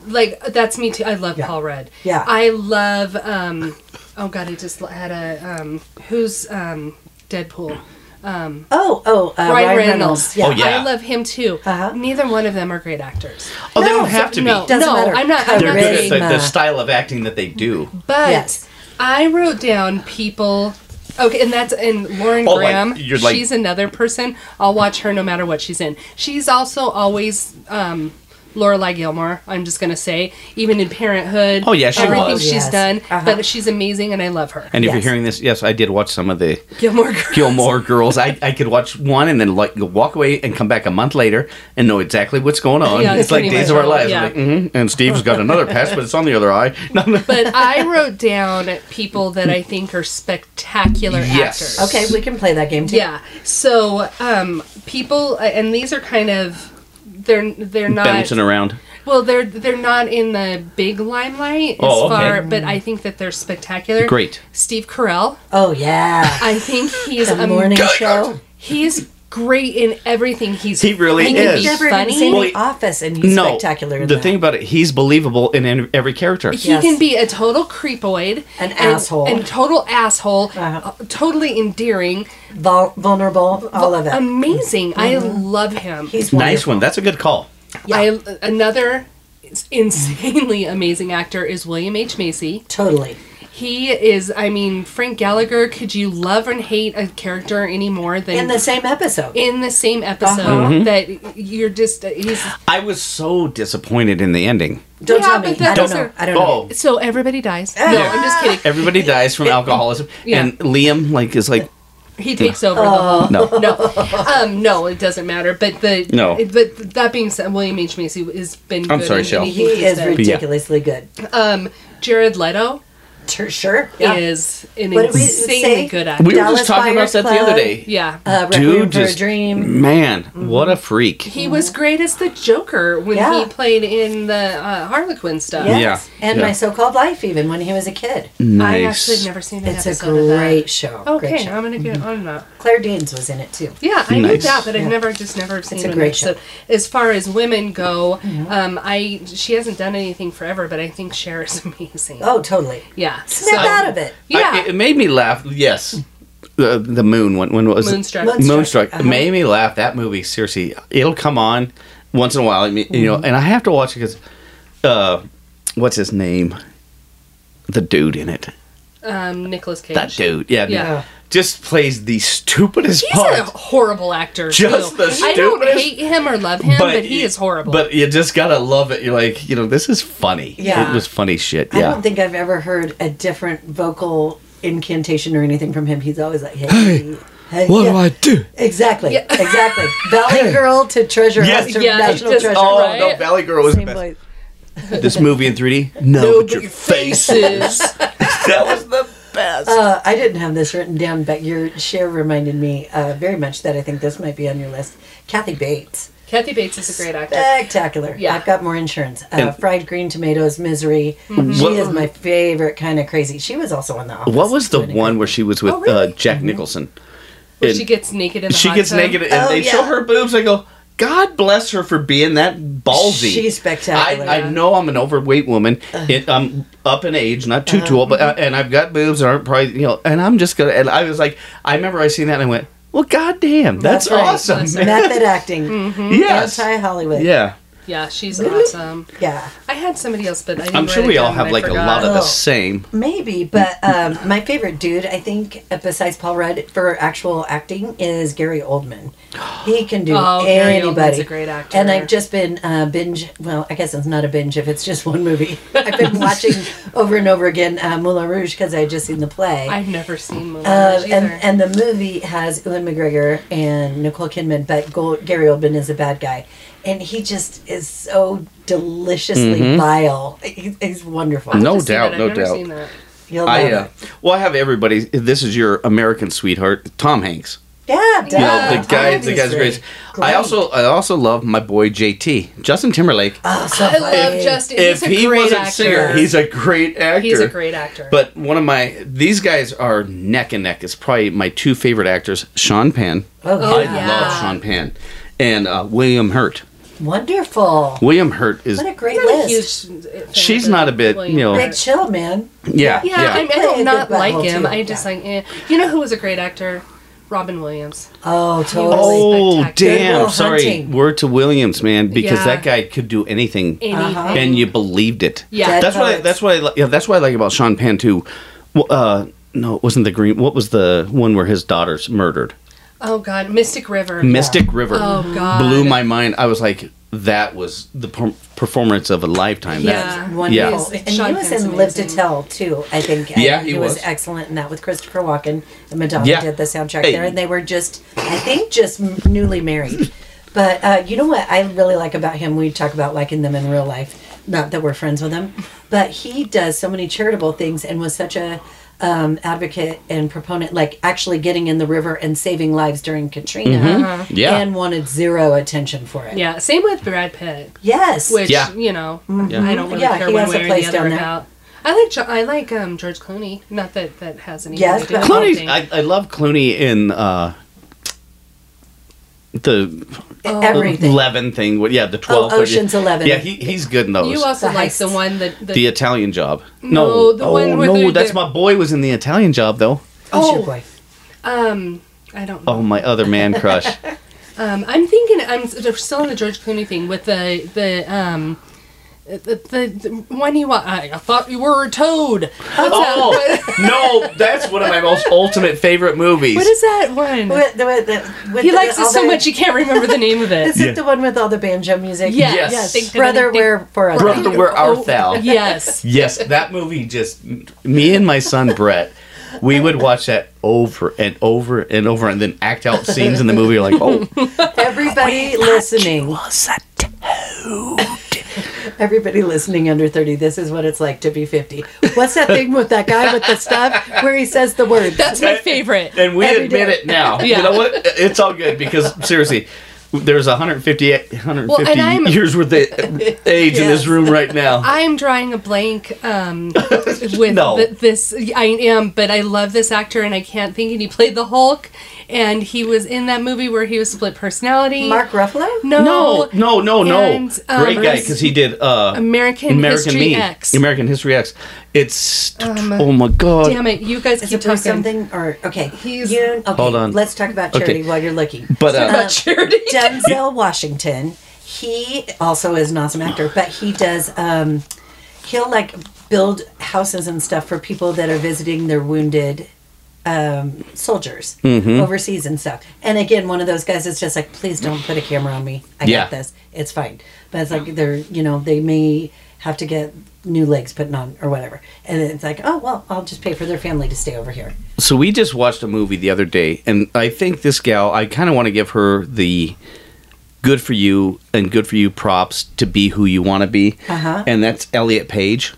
Speaker 5: like that's me too. I love
Speaker 3: Yeah.
Speaker 5: Paul Rudd.
Speaker 3: Yeah.
Speaker 5: I love um oh god, I just had a um who's um Deadpool.
Speaker 3: Oh, oh, uh, Ryan,
Speaker 5: Ryan
Speaker 3: Reynolds.
Speaker 5: Reynolds.
Speaker 3: Yeah.
Speaker 4: Oh, yeah.
Speaker 5: I love him too.
Speaker 3: Uh-huh.
Speaker 5: Neither one of them are great actors.
Speaker 4: Oh, they
Speaker 3: No,
Speaker 4: don't have to be.
Speaker 5: No,
Speaker 3: Doesn't
Speaker 5: no,
Speaker 3: matter.
Speaker 5: I'm not. I'm
Speaker 4: They're
Speaker 5: not
Speaker 4: good at
Speaker 5: saying
Speaker 4: the, the
Speaker 3: Charisma.
Speaker 4: style of acting that they do.
Speaker 5: But
Speaker 3: Yes.
Speaker 5: I wrote down people. Okay, and that's and Lauren
Speaker 4: Oh, like,
Speaker 5: Graham.
Speaker 4: you're like-
Speaker 5: she's another person. I'll watch her no matter what she's in. She's also always um, Lorelai Gilmore. I'm just gonna say, even in Parenthood.
Speaker 4: Oh, yeah, she
Speaker 5: everything
Speaker 4: was.
Speaker 5: she's
Speaker 3: Yes.
Speaker 5: done.
Speaker 3: Uh-huh.
Speaker 5: But she's amazing, and I love her.
Speaker 4: And if
Speaker 3: Yes.
Speaker 4: you're hearing this, yes, I did watch some of the
Speaker 5: Gilmore Girls.
Speaker 4: Gilmore Girls. I, I could watch one and then like walk away and come back a month later and know exactly what's going on.
Speaker 5: Yeah,
Speaker 4: it's like
Speaker 5: pretty
Speaker 4: Days
Speaker 5: much.
Speaker 4: of Our Lives.
Speaker 5: Yeah.
Speaker 4: I'm like, mm-hmm. And Steve's got another pass, but it's on the other eye. No, no.
Speaker 5: But I wrote down people that I think are spectacular
Speaker 4: Yes.
Speaker 5: actors.
Speaker 3: Okay, we can play that game too.
Speaker 5: Yeah. So um, people, and these are kind of they're they're not
Speaker 4: Bouncing around.
Speaker 5: Well, they're they're not in the big limelight as
Speaker 4: Oh, okay.
Speaker 5: far, but I think that they're spectacular.
Speaker 4: Great.
Speaker 5: Steve Carell.
Speaker 3: Oh, yeah.
Speaker 5: I think he's
Speaker 3: The
Speaker 5: a
Speaker 3: morning
Speaker 5: morning.
Speaker 3: show.
Speaker 5: He's great in everything. He's
Speaker 4: He really is.
Speaker 5: he Can
Speaker 3: He's
Speaker 5: be
Speaker 3: never even
Speaker 5: funny.
Speaker 3: seen
Speaker 4: Well,
Speaker 3: The Office, and he's spectacular in
Speaker 4: the
Speaker 3: that.
Speaker 4: thing about it, he's believable in en- every character.
Speaker 5: he
Speaker 3: Yes.
Speaker 5: can be a total creepoid,
Speaker 3: An
Speaker 5: and-
Speaker 3: asshole.
Speaker 5: and total asshole,
Speaker 3: Uh-huh.
Speaker 5: uh, totally endearing,
Speaker 3: Vul- vulnerable, all of it.
Speaker 5: Um,
Speaker 3: Mm-hmm.
Speaker 5: amazing. I love him.
Speaker 3: he's
Speaker 4: nice
Speaker 3: wonderful.
Speaker 4: one. That's a good call.
Speaker 5: I, another insanely amazing actor is William H Macy.
Speaker 3: Totally.
Speaker 5: He is, I mean, Frank Gallagher. Could you love and hate a character any more than
Speaker 3: In the Uh-huh. same episode.
Speaker 5: in the same episode?
Speaker 4: Mm-hmm.
Speaker 5: That you're just he's
Speaker 4: I was so disappointed in the ending.
Speaker 3: don't
Speaker 5: Yeah,
Speaker 3: tell
Speaker 5: but
Speaker 3: me.
Speaker 5: that
Speaker 3: I don't
Speaker 5: doesn't-
Speaker 3: know. I don't know.
Speaker 4: Oh.
Speaker 5: so everybody dies. No, I'm just kidding.
Speaker 4: Everybody dies from alcoholism,
Speaker 5: Yeah.
Speaker 4: and Liam like is like
Speaker 5: He takes over the whole.
Speaker 3: Oh.
Speaker 4: no.
Speaker 5: No, um, no, it doesn't matter. But the
Speaker 4: No.
Speaker 5: But that being said, William H Macy has been.
Speaker 4: I'm
Speaker 5: good
Speaker 4: sorry,
Speaker 5: in
Speaker 4: Shel.
Speaker 5: anything
Speaker 3: He
Speaker 5: he's
Speaker 3: is
Speaker 5: done.
Speaker 3: ridiculously good.
Speaker 5: Um, Jared Leto.
Speaker 3: Tur- Sure. Yeah.
Speaker 5: is an
Speaker 3: What did we
Speaker 5: insanely
Speaker 3: say?
Speaker 5: good actor.
Speaker 4: We were
Speaker 3: Dallas
Speaker 4: just talking
Speaker 3: Buyers
Speaker 4: about that the
Speaker 3: Club.
Speaker 4: other day.
Speaker 5: yeah.
Speaker 3: uh, Requiem
Speaker 4: Dude,
Speaker 3: for a
Speaker 4: just
Speaker 3: Dream. Mm-hmm.
Speaker 4: man, what a freak.
Speaker 5: he was great as the Joker when
Speaker 3: Yeah.
Speaker 5: he played in the uh, Harlequin stuff.
Speaker 3: Yes.
Speaker 4: Mm, Yeah,
Speaker 3: And
Speaker 4: yeah. Mm.
Speaker 3: my so-called life, even when he was a kid.
Speaker 5: I
Speaker 4: Nice.
Speaker 5: actually have never seen an
Speaker 3: It's a
Speaker 5: episode of that.
Speaker 3: great show. great
Speaker 5: Okay,
Speaker 3: show. Mm-hmm.
Speaker 5: I'm gonna get on that.
Speaker 3: Claire Danes was in it too.
Speaker 5: Yeah, I knew
Speaker 4: Nice.
Speaker 5: that, but I've never just never seen
Speaker 3: a
Speaker 5: an
Speaker 3: great show.
Speaker 5: episode.
Speaker 3: Mm-hmm.
Speaker 5: As far as women go, um, I she hasn't done anything forever, but I think Cher is amazing.
Speaker 3: Oh, totally.
Speaker 5: Yeah,
Speaker 3: Snap
Speaker 5: so-
Speaker 3: out of it.
Speaker 5: Yeah,
Speaker 4: I- it- it made me laugh. Yes, the the moon. When when was
Speaker 5: Moonstruck.
Speaker 4: it?
Speaker 3: Moonstruck.
Speaker 4: Moonstruck.
Speaker 3: Uh-huh.
Speaker 4: Made me laugh. That movie. Seriously, it'll come on once in a while. I mean, You know, and I have to watch it because, uh, what's his name? The dude in it.
Speaker 5: um, Nicholas Cage.
Speaker 4: That dude. Yeah.
Speaker 5: Yeah.
Speaker 4: Just plays the stupidest
Speaker 5: He's
Speaker 4: part.
Speaker 5: a horrible actor.
Speaker 4: Just
Speaker 5: too.
Speaker 4: the
Speaker 5: I don't
Speaker 4: stupidest-
Speaker 5: hate him or love him, but, he
Speaker 4: you-
Speaker 5: is horrible.
Speaker 4: But you just gotta love it. You're like, you know, this is funny.
Speaker 3: Yeah.
Speaker 4: It was funny shit.
Speaker 3: I
Speaker 4: Yeah.
Speaker 3: don't think I've ever heard a different vocal incantation or anything from him. He's always like, hey. hey, yeah.
Speaker 4: do?
Speaker 3: Exactly. Exactly. Valley Girl to Treasure
Speaker 4: Yes.
Speaker 3: House to
Speaker 5: Yeah,
Speaker 3: National
Speaker 5: just-
Speaker 3: Treasure.
Speaker 4: Oh
Speaker 5: Right?
Speaker 4: no, Valley Girl was the
Speaker 3: Same
Speaker 4: best.
Speaker 3: place.
Speaker 4: This movie in 3D? No, but your
Speaker 5: faces.
Speaker 4: that was the best.
Speaker 3: Uh, I didn't have this written down, but your share reminded me uh, very much that I think this might be on your list. Kathy Bates.
Speaker 5: Kathy Bates is a great actor.
Speaker 3: Spectacular.
Speaker 5: Yeah.
Speaker 3: I've got more insurance. Uh,
Speaker 4: And-
Speaker 3: fried green tomatoes, misery.
Speaker 5: Mm-hmm.
Speaker 3: She
Speaker 4: What-
Speaker 3: is my favorite kind of crazy. She was also on the office.
Speaker 4: what was the
Speaker 3: Pretty
Speaker 4: one where she was with
Speaker 5: Oh,
Speaker 4: uh,
Speaker 5: really?
Speaker 4: Jack Nicholson?
Speaker 5: Where
Speaker 4: And
Speaker 5: she gets naked in the
Speaker 4: she
Speaker 5: hot
Speaker 4: gets
Speaker 5: tub.
Speaker 4: naked and
Speaker 3: Oh,
Speaker 4: they
Speaker 3: yeah.
Speaker 4: show her boobs. I go, God bless her for being that ballsy.
Speaker 3: She's spectacular.
Speaker 4: I, I know I'm an overweight woman. It, I'm up in age, not too tall, but
Speaker 5: Uh-huh.
Speaker 4: uh, and I've got boobs that aren't probably you know. And I'm just gonna. And I was like, I remember I seen that and I went, Well, goddamn, that's,
Speaker 3: That's right.
Speaker 4: awesome.
Speaker 5: That's
Speaker 4: man."
Speaker 3: Method acting.
Speaker 5: Mm-hmm.
Speaker 4: Yes.
Speaker 3: Anti Hollywood.
Speaker 4: Yeah.
Speaker 5: Yeah, she's awesome.
Speaker 3: Yeah.
Speaker 5: I had somebody else, but I didn't
Speaker 4: I'm
Speaker 5: write
Speaker 4: sure
Speaker 5: it
Speaker 4: we all
Speaker 5: down and
Speaker 4: have
Speaker 5: I
Speaker 4: like a
Speaker 5: forgot.
Speaker 4: lot of the
Speaker 3: Oh.
Speaker 4: same.
Speaker 3: Maybe, but um, my favorite dude, I think, uh, besides Paul Rudd for actual acting, is Gary Oldman. He can do
Speaker 5: Oh, Gary
Speaker 3: anybody.
Speaker 5: Oldman's a great actor.
Speaker 3: And I've just been uh, binge. Well, I guess it's not a binge if it's just one movie. I've been watching over and over again uh, Moulin Rouge because I had just seen the play.
Speaker 5: I've never seen Moulin
Speaker 3: Uh,
Speaker 5: Rouge either.
Speaker 3: and, and the movie has Ewan McGregor and Nicole Kidman, but Go- Gary Oldman is a bad guy. And he just is so deliciously vile. He, he's wonderful.
Speaker 4: Mm-hmm. No
Speaker 5: I've seen
Speaker 4: doubt,
Speaker 5: that.
Speaker 4: no
Speaker 5: I've never
Speaker 4: doubt.
Speaker 5: Seen that.
Speaker 3: You'll love
Speaker 4: I
Speaker 3: it.
Speaker 4: uh, well, I have everybody. This is your American sweetheart, Tom Hanks.
Speaker 3: Yeah,
Speaker 4: You know,
Speaker 5: Ah,
Speaker 3: duh,
Speaker 4: the guy, the guy's
Speaker 3: obviously.
Speaker 4: great. I
Speaker 3: Great.
Speaker 4: also, I also love my boy JT, Justin Timberlake.
Speaker 3: Oh, so
Speaker 5: I
Speaker 3: funny.
Speaker 5: love Justin.
Speaker 4: if
Speaker 5: Ah, he's a
Speaker 4: he
Speaker 5: great
Speaker 4: wasn't
Speaker 5: actor.
Speaker 4: singer, he's a great actor.
Speaker 5: He's a great actor.
Speaker 4: But one of my these guys are neck and neck. It's probably my two favorite actors, Sean Penn.
Speaker 3: Oh,
Speaker 4: I
Speaker 3: yeah.
Speaker 4: love Sean Penn, and uh, William Hurt.
Speaker 3: Wonderful.
Speaker 4: William Hurt is
Speaker 3: What a great
Speaker 5: I'm not a huge
Speaker 3: list.
Speaker 5: fan of
Speaker 4: She's
Speaker 5: the
Speaker 4: not a bit,
Speaker 5: William
Speaker 4: you know-
Speaker 3: Big
Speaker 5: Hurt.
Speaker 3: chill, man.
Speaker 4: yeah
Speaker 5: Yeah,
Speaker 4: yeah.
Speaker 5: I'm- I,
Speaker 3: Play a
Speaker 5: don't not
Speaker 3: good
Speaker 5: like
Speaker 3: butthole,
Speaker 5: him.
Speaker 3: too.
Speaker 5: I just
Speaker 3: Yeah.
Speaker 5: like, eh. you know who was a great actor? Robin Williams.
Speaker 3: Oh, totally.
Speaker 4: Oh
Speaker 5: spectacular.
Speaker 4: damn!
Speaker 3: Goodwill
Speaker 4: Sorry,
Speaker 3: Hunting.
Speaker 4: word to Williams, man, because
Speaker 5: Yeah.
Speaker 4: that guy could do anything.
Speaker 5: Anything.
Speaker 4: and you believed it.
Speaker 5: Yeah. Dead
Speaker 4: that's what I,
Speaker 3: poets.
Speaker 4: that's what I li- yeah, that's what I like about Sean Penn too. Well, uh, no, it wasn't the green. What was the one where his daughter's murdered?
Speaker 5: Oh God, Mystic River.
Speaker 4: Mystic River
Speaker 5: Oh, God.
Speaker 4: blew my mind. I was like, that was the per- performance of a lifetime.
Speaker 5: Yeah.
Speaker 4: That,
Speaker 3: Wonderful.
Speaker 4: yeah.
Speaker 5: Yes.
Speaker 3: And
Speaker 5: Sean
Speaker 3: he was
Speaker 5: Penn's
Speaker 3: in Live to
Speaker 5: amazing.
Speaker 3: Tell, too, I think. I
Speaker 4: Yeah,
Speaker 3: think
Speaker 4: he
Speaker 3: was.
Speaker 4: was.
Speaker 3: excellent in that with Christopher Walken. And Madonna
Speaker 4: Yeah.
Speaker 3: did the soundtrack
Speaker 4: Hey.
Speaker 3: there. And they were just, I think, just m- newly married. But uh, you know what I really like about him? We talk about liking them in real life. Not that we're friends with him. But he does so many charitable things and was such a um, advocate and proponent, like actually getting in the river and saving lives during Katrina.
Speaker 4: Mm-hmm. Yeah.
Speaker 3: And wanted zero attention for it.
Speaker 5: Yeah, same with Brad Pitt,
Speaker 3: Yes.
Speaker 5: which
Speaker 4: Yeah.
Speaker 5: you know I don't really
Speaker 3: Mm-hmm. Yeah,
Speaker 5: care
Speaker 3: he
Speaker 5: one
Speaker 3: has a
Speaker 5: way or
Speaker 3: place
Speaker 5: the other
Speaker 3: down there.
Speaker 5: about. I like Jo- I like um, George Clooney. Not that that has anything
Speaker 3: Yes,
Speaker 5: to do with
Speaker 3: but-
Speaker 4: Clooney's,
Speaker 5: anything.
Speaker 4: I, I love Clooney in uh, the
Speaker 3: Everything.
Speaker 4: eleven thing. what- Yeah, the twelve.
Speaker 3: Oh, Ocean's Eleven.
Speaker 4: Yeah, he, he's good in those.
Speaker 5: you also
Speaker 3: The
Speaker 5: like
Speaker 3: heist.
Speaker 5: the one that the,
Speaker 4: the Italian job.
Speaker 5: No, the
Speaker 4: oh,
Speaker 5: one where
Speaker 4: no,
Speaker 5: they're-
Speaker 4: that's
Speaker 5: they're-
Speaker 4: my boy was in the Italian job though.
Speaker 3: Who's your
Speaker 5: Oh.
Speaker 3: boy?
Speaker 5: um I don't know.
Speaker 4: Oh, my other man crush.
Speaker 5: Um, I'm thinking I'm s- still on the George Clooney thing with the the um the, the, the one he wa- I, I thought you were a toad. What's that?
Speaker 4: Oh no, that's one of my most ultimate favorite movies.
Speaker 5: What is that one?
Speaker 3: With, the- with the- with
Speaker 5: he
Speaker 3: the-
Speaker 5: likes it
Speaker 3: all
Speaker 5: so
Speaker 3: the-
Speaker 5: much he can't remember the name of it.
Speaker 3: Is it the one with all the banjo music?
Speaker 5: Yes.
Speaker 4: Yes.
Speaker 5: Think-
Speaker 3: Brother,
Speaker 5: think-
Speaker 3: where for us?
Speaker 4: Brother, where
Speaker 5: Oh,
Speaker 4: art thou?
Speaker 5: Yes.
Speaker 4: Yes, that movie just me and my son Brett. We would watch that over and over and over, and then act out scenes in the movie. Like, oh,
Speaker 3: Everybody listening. Everybody listening under 30, this is what it's like to be 50. What's that thing with that guy with the stuff where he says the word?
Speaker 5: That's my favorite.
Speaker 4: And we
Speaker 3: Every
Speaker 4: admit
Speaker 3: day.
Speaker 4: it now.
Speaker 5: Yeah.
Speaker 4: You know what? It's all good because seriously, there's 150, 150
Speaker 5: Well, and I'm-
Speaker 4: years worth of age in this
Speaker 3: Yes.
Speaker 4: room right now.
Speaker 5: I'm drawing a blank um, with
Speaker 4: No.
Speaker 5: th- this. I am, but I love this actor, and I can't think. And he played the Hulk, and he was in that movie where he was split personality.
Speaker 3: Mark Ruffalo?
Speaker 5: No,
Speaker 4: No, no, no, no.
Speaker 5: And, um,
Speaker 4: Great guy because he did uh,
Speaker 5: American History X. Um,
Speaker 4: American History X. It's oh my god.
Speaker 5: Damn it, you guys
Speaker 3: Is
Speaker 5: keep
Speaker 3: it for
Speaker 5: talking.
Speaker 3: something or okay?
Speaker 5: He's-
Speaker 3: you, okay,
Speaker 4: Hold on.
Speaker 3: Let's talk about
Speaker 4: Okay.
Speaker 3: charity while you're looking. um,
Speaker 4: But uh,
Speaker 5: Charity.
Speaker 3: Denzel Washington, he also is an awesome actor, but he does um, he'll like build houses and stuff for people that are visiting their wounded um, soldiers
Speaker 4: Mm-hmm.
Speaker 3: overseas and stuff. And again, one of those guys is just like, please don't put a camera on me. I
Speaker 4: Yeah.
Speaker 3: got this. It's fine. But it's like they're you know they may have to get new legs put on or whatever, and it's like, oh well, I'll just pay for their family to stay over here.
Speaker 4: so we just watched a movie the other day, and I think this gal. I kind of want to give her the good for you and good for you props to be who you want to be,
Speaker 3: Uh-huh.
Speaker 4: and that's Elliot Page,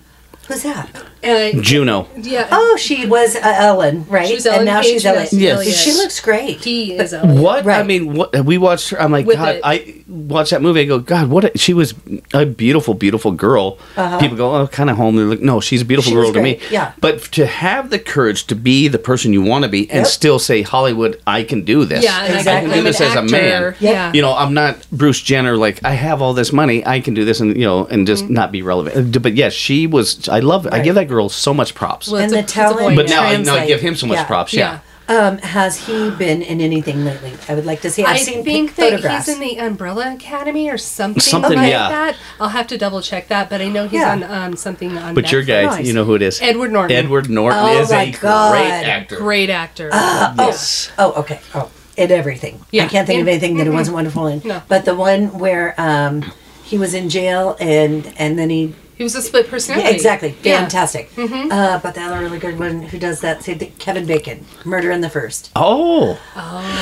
Speaker 3: Who's that?
Speaker 5: Uh,
Speaker 4: Juno.
Speaker 5: yeah.
Speaker 3: Oh, she was uh, Ellen, right?
Speaker 5: She was Ellen
Speaker 3: and now
Speaker 5: Page
Speaker 3: she's
Speaker 5: and
Speaker 3: Ellen.
Speaker 5: now she's
Speaker 4: Yes.
Speaker 5: Elliot.
Speaker 3: She looks great.
Speaker 5: He is Elliot.
Speaker 4: What I
Speaker 3: Right.
Speaker 4: mean, what we watched her. I'm like,
Speaker 5: With
Speaker 4: God,
Speaker 5: it.
Speaker 4: I watched that movie. I go, God, what? A, she was a beautiful, beautiful girl. People go, oh, kind of homely. Like, no, she's a beautiful
Speaker 3: She was
Speaker 4: girl to me.
Speaker 3: Uh-huh. great, yeah.
Speaker 4: But to have the courage to be the person you want to be and
Speaker 3: Yep.
Speaker 4: still say, Hollywood, I can do this.
Speaker 5: Yeah, and
Speaker 3: Exactly.
Speaker 5: I,
Speaker 4: I
Speaker 5: I'm
Speaker 4: do this
Speaker 5: an
Speaker 4: as a man.
Speaker 5: actor. Yeah.
Speaker 4: You know, I'm not Bruce Jenner. Like, I have all this money. I can do this, and you know, and just
Speaker 3: Mm.
Speaker 4: not be relevant. But yes, she was. I love. I give that girl so much props.
Speaker 5: Well,
Speaker 3: And
Speaker 5: it's a-
Speaker 3: the
Speaker 5: it's a
Speaker 3: talent-
Speaker 5: boy
Speaker 4: but now, I,
Speaker 5: name.
Speaker 4: now I
Speaker 3: translate.
Speaker 4: give him so much
Speaker 3: Yeah.
Speaker 4: props.
Speaker 5: yeah.
Speaker 4: Yeah.
Speaker 3: Um, has he been in anything lately? I would like to see. I've
Speaker 5: I
Speaker 3: seen
Speaker 5: think
Speaker 3: pic-
Speaker 5: that
Speaker 3: photographs.
Speaker 5: he's in the Umbrella Academy or something,
Speaker 4: Something,
Speaker 5: like
Speaker 4: yeah.
Speaker 5: that. I'll have to double check that, but I know he's
Speaker 3: Yeah.
Speaker 5: on um, something on.
Speaker 4: But your
Speaker 5: Netflix.
Speaker 4: guy,
Speaker 3: Nice.
Speaker 4: you know who it is.
Speaker 5: Edward Norton.
Speaker 4: Edward Norton
Speaker 3: Oh
Speaker 4: is
Speaker 3: my
Speaker 4: a
Speaker 3: God.
Speaker 4: great actor.
Speaker 5: great actor.
Speaker 4: Yes.
Speaker 3: oh, okay. Oh, in everything.
Speaker 5: Yeah.
Speaker 3: I can't think of
Speaker 5: In-
Speaker 3: anything that it wasn't wonderful in.
Speaker 5: No.
Speaker 3: But the one where um, he was in jail and and then he
Speaker 5: He was a split
Speaker 3: yeah,
Speaker 5: personality.
Speaker 3: exactly
Speaker 5: Yeah. Mm-hmm.
Speaker 3: fantastic. Uh, but the other really good one who does that same thing, Kevin Bacon, Murder in the First.
Speaker 4: Oh.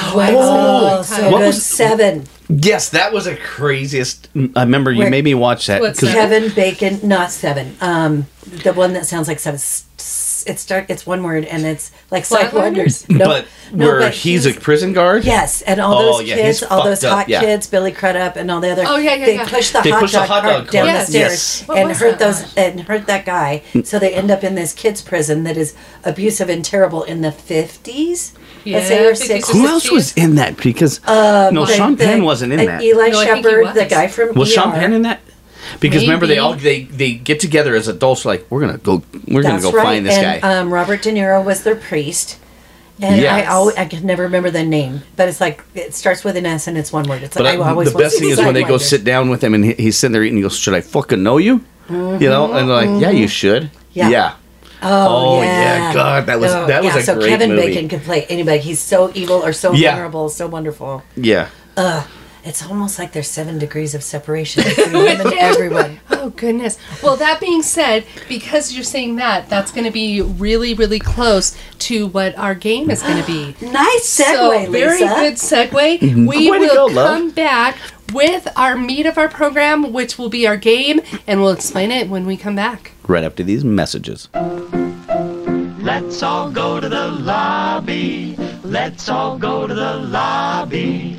Speaker 3: Oh, so
Speaker 5: What
Speaker 3: good.
Speaker 4: was-
Speaker 3: Seven.
Speaker 4: Yes, that was the craziest. I remember you
Speaker 3: Where-
Speaker 4: made me watch that.
Speaker 5: What's
Speaker 4: 'cause-
Speaker 5: that?
Speaker 3: Kevin Bacon, not seven. Um, the one that sounds like seven. S- s- It start. It's one word, and it's like psych wonders.
Speaker 5: Flatliners?
Speaker 3: No,
Speaker 4: but
Speaker 3: no,
Speaker 4: where
Speaker 3: but
Speaker 4: he's, a prison guard?
Speaker 3: Yes, and all
Speaker 4: Oh,
Speaker 3: those
Speaker 4: yeah, he's
Speaker 3: kids, all those
Speaker 4: fucked up,
Speaker 3: hot
Speaker 4: yeah.
Speaker 3: kids, Billy Crudup, and all the other.
Speaker 5: Oh, yeah, yeah,
Speaker 3: They
Speaker 5: yeah.
Speaker 3: pushed the,
Speaker 4: They
Speaker 3: hot,
Speaker 4: pushed the
Speaker 3: dog
Speaker 4: hot
Speaker 3: cart
Speaker 4: dog
Speaker 3: down
Speaker 4: cart.
Speaker 5: Yes.
Speaker 3: the stairs
Speaker 4: Yes.
Speaker 5: What
Speaker 3: and
Speaker 5: was
Speaker 3: hurt
Speaker 5: that
Speaker 3: those and hurt that guy. So they end up in this kids' prison that is abusive and terrible in the fifties.
Speaker 5: Yeah,
Speaker 3: let's say or
Speaker 5: 50s.
Speaker 3: sixties.
Speaker 4: Who else was in that? Because
Speaker 3: Uh,
Speaker 4: no, Sean Penn wasn't in that.
Speaker 3: Eli
Speaker 5: No, I think he
Speaker 3: Shepard, the
Speaker 5: was.
Speaker 3: guy from
Speaker 4: was Sean
Speaker 3: ER.
Speaker 4: Penn in that? Because remember they
Speaker 5: Maybe.
Speaker 4: all they they get together as adults like we're gonna go we're gonna
Speaker 3: That's
Speaker 4: go
Speaker 3: right.
Speaker 4: find this
Speaker 3: and,
Speaker 4: guy.
Speaker 3: Um, Robert De Niro was their priest. And
Speaker 4: Yes.
Speaker 3: I always, I can never remember the name, but it's like it starts with an S and it's one word. It's
Speaker 4: but
Speaker 3: like I,
Speaker 4: I-
Speaker 3: always
Speaker 4: the
Speaker 3: want
Speaker 4: best
Speaker 3: to
Speaker 4: thing
Speaker 3: see
Speaker 4: is when they go
Speaker 3: Sidewinders.
Speaker 4: sit down with him and he, he's sitting there eating. He goes, "Should I fucking know you?" You know, and they're like, "Yeah, you should."
Speaker 3: Yeah.
Speaker 4: Oh, yeah. God, that was- that was a
Speaker 3: Oh, so
Speaker 4: great
Speaker 3: Kevin
Speaker 4: movie.
Speaker 3: Bacon could play anybody. He's so evil or so
Speaker 4: Yeah.
Speaker 3: vulnerable, so wonderful.
Speaker 4: Yeah.
Speaker 3: It's almost like there's seven degrees of separation between him and everyone.
Speaker 5: Oh goodness. Well, that being said, because you're saying that, that's going to be really, really close to what our game is going to be.
Speaker 3: Nice segue,
Speaker 5: so, very
Speaker 3: Lisa.
Speaker 5: good segue. We
Speaker 4: Mm-hmm. Way to go,
Speaker 5: will
Speaker 4: love.
Speaker 5: come back with our meat of our program, which will be our game, and we'll explain it when we come back.
Speaker 4: Right after these messages.
Speaker 1: Let's all go to the lobby. Let's all go to the lobby.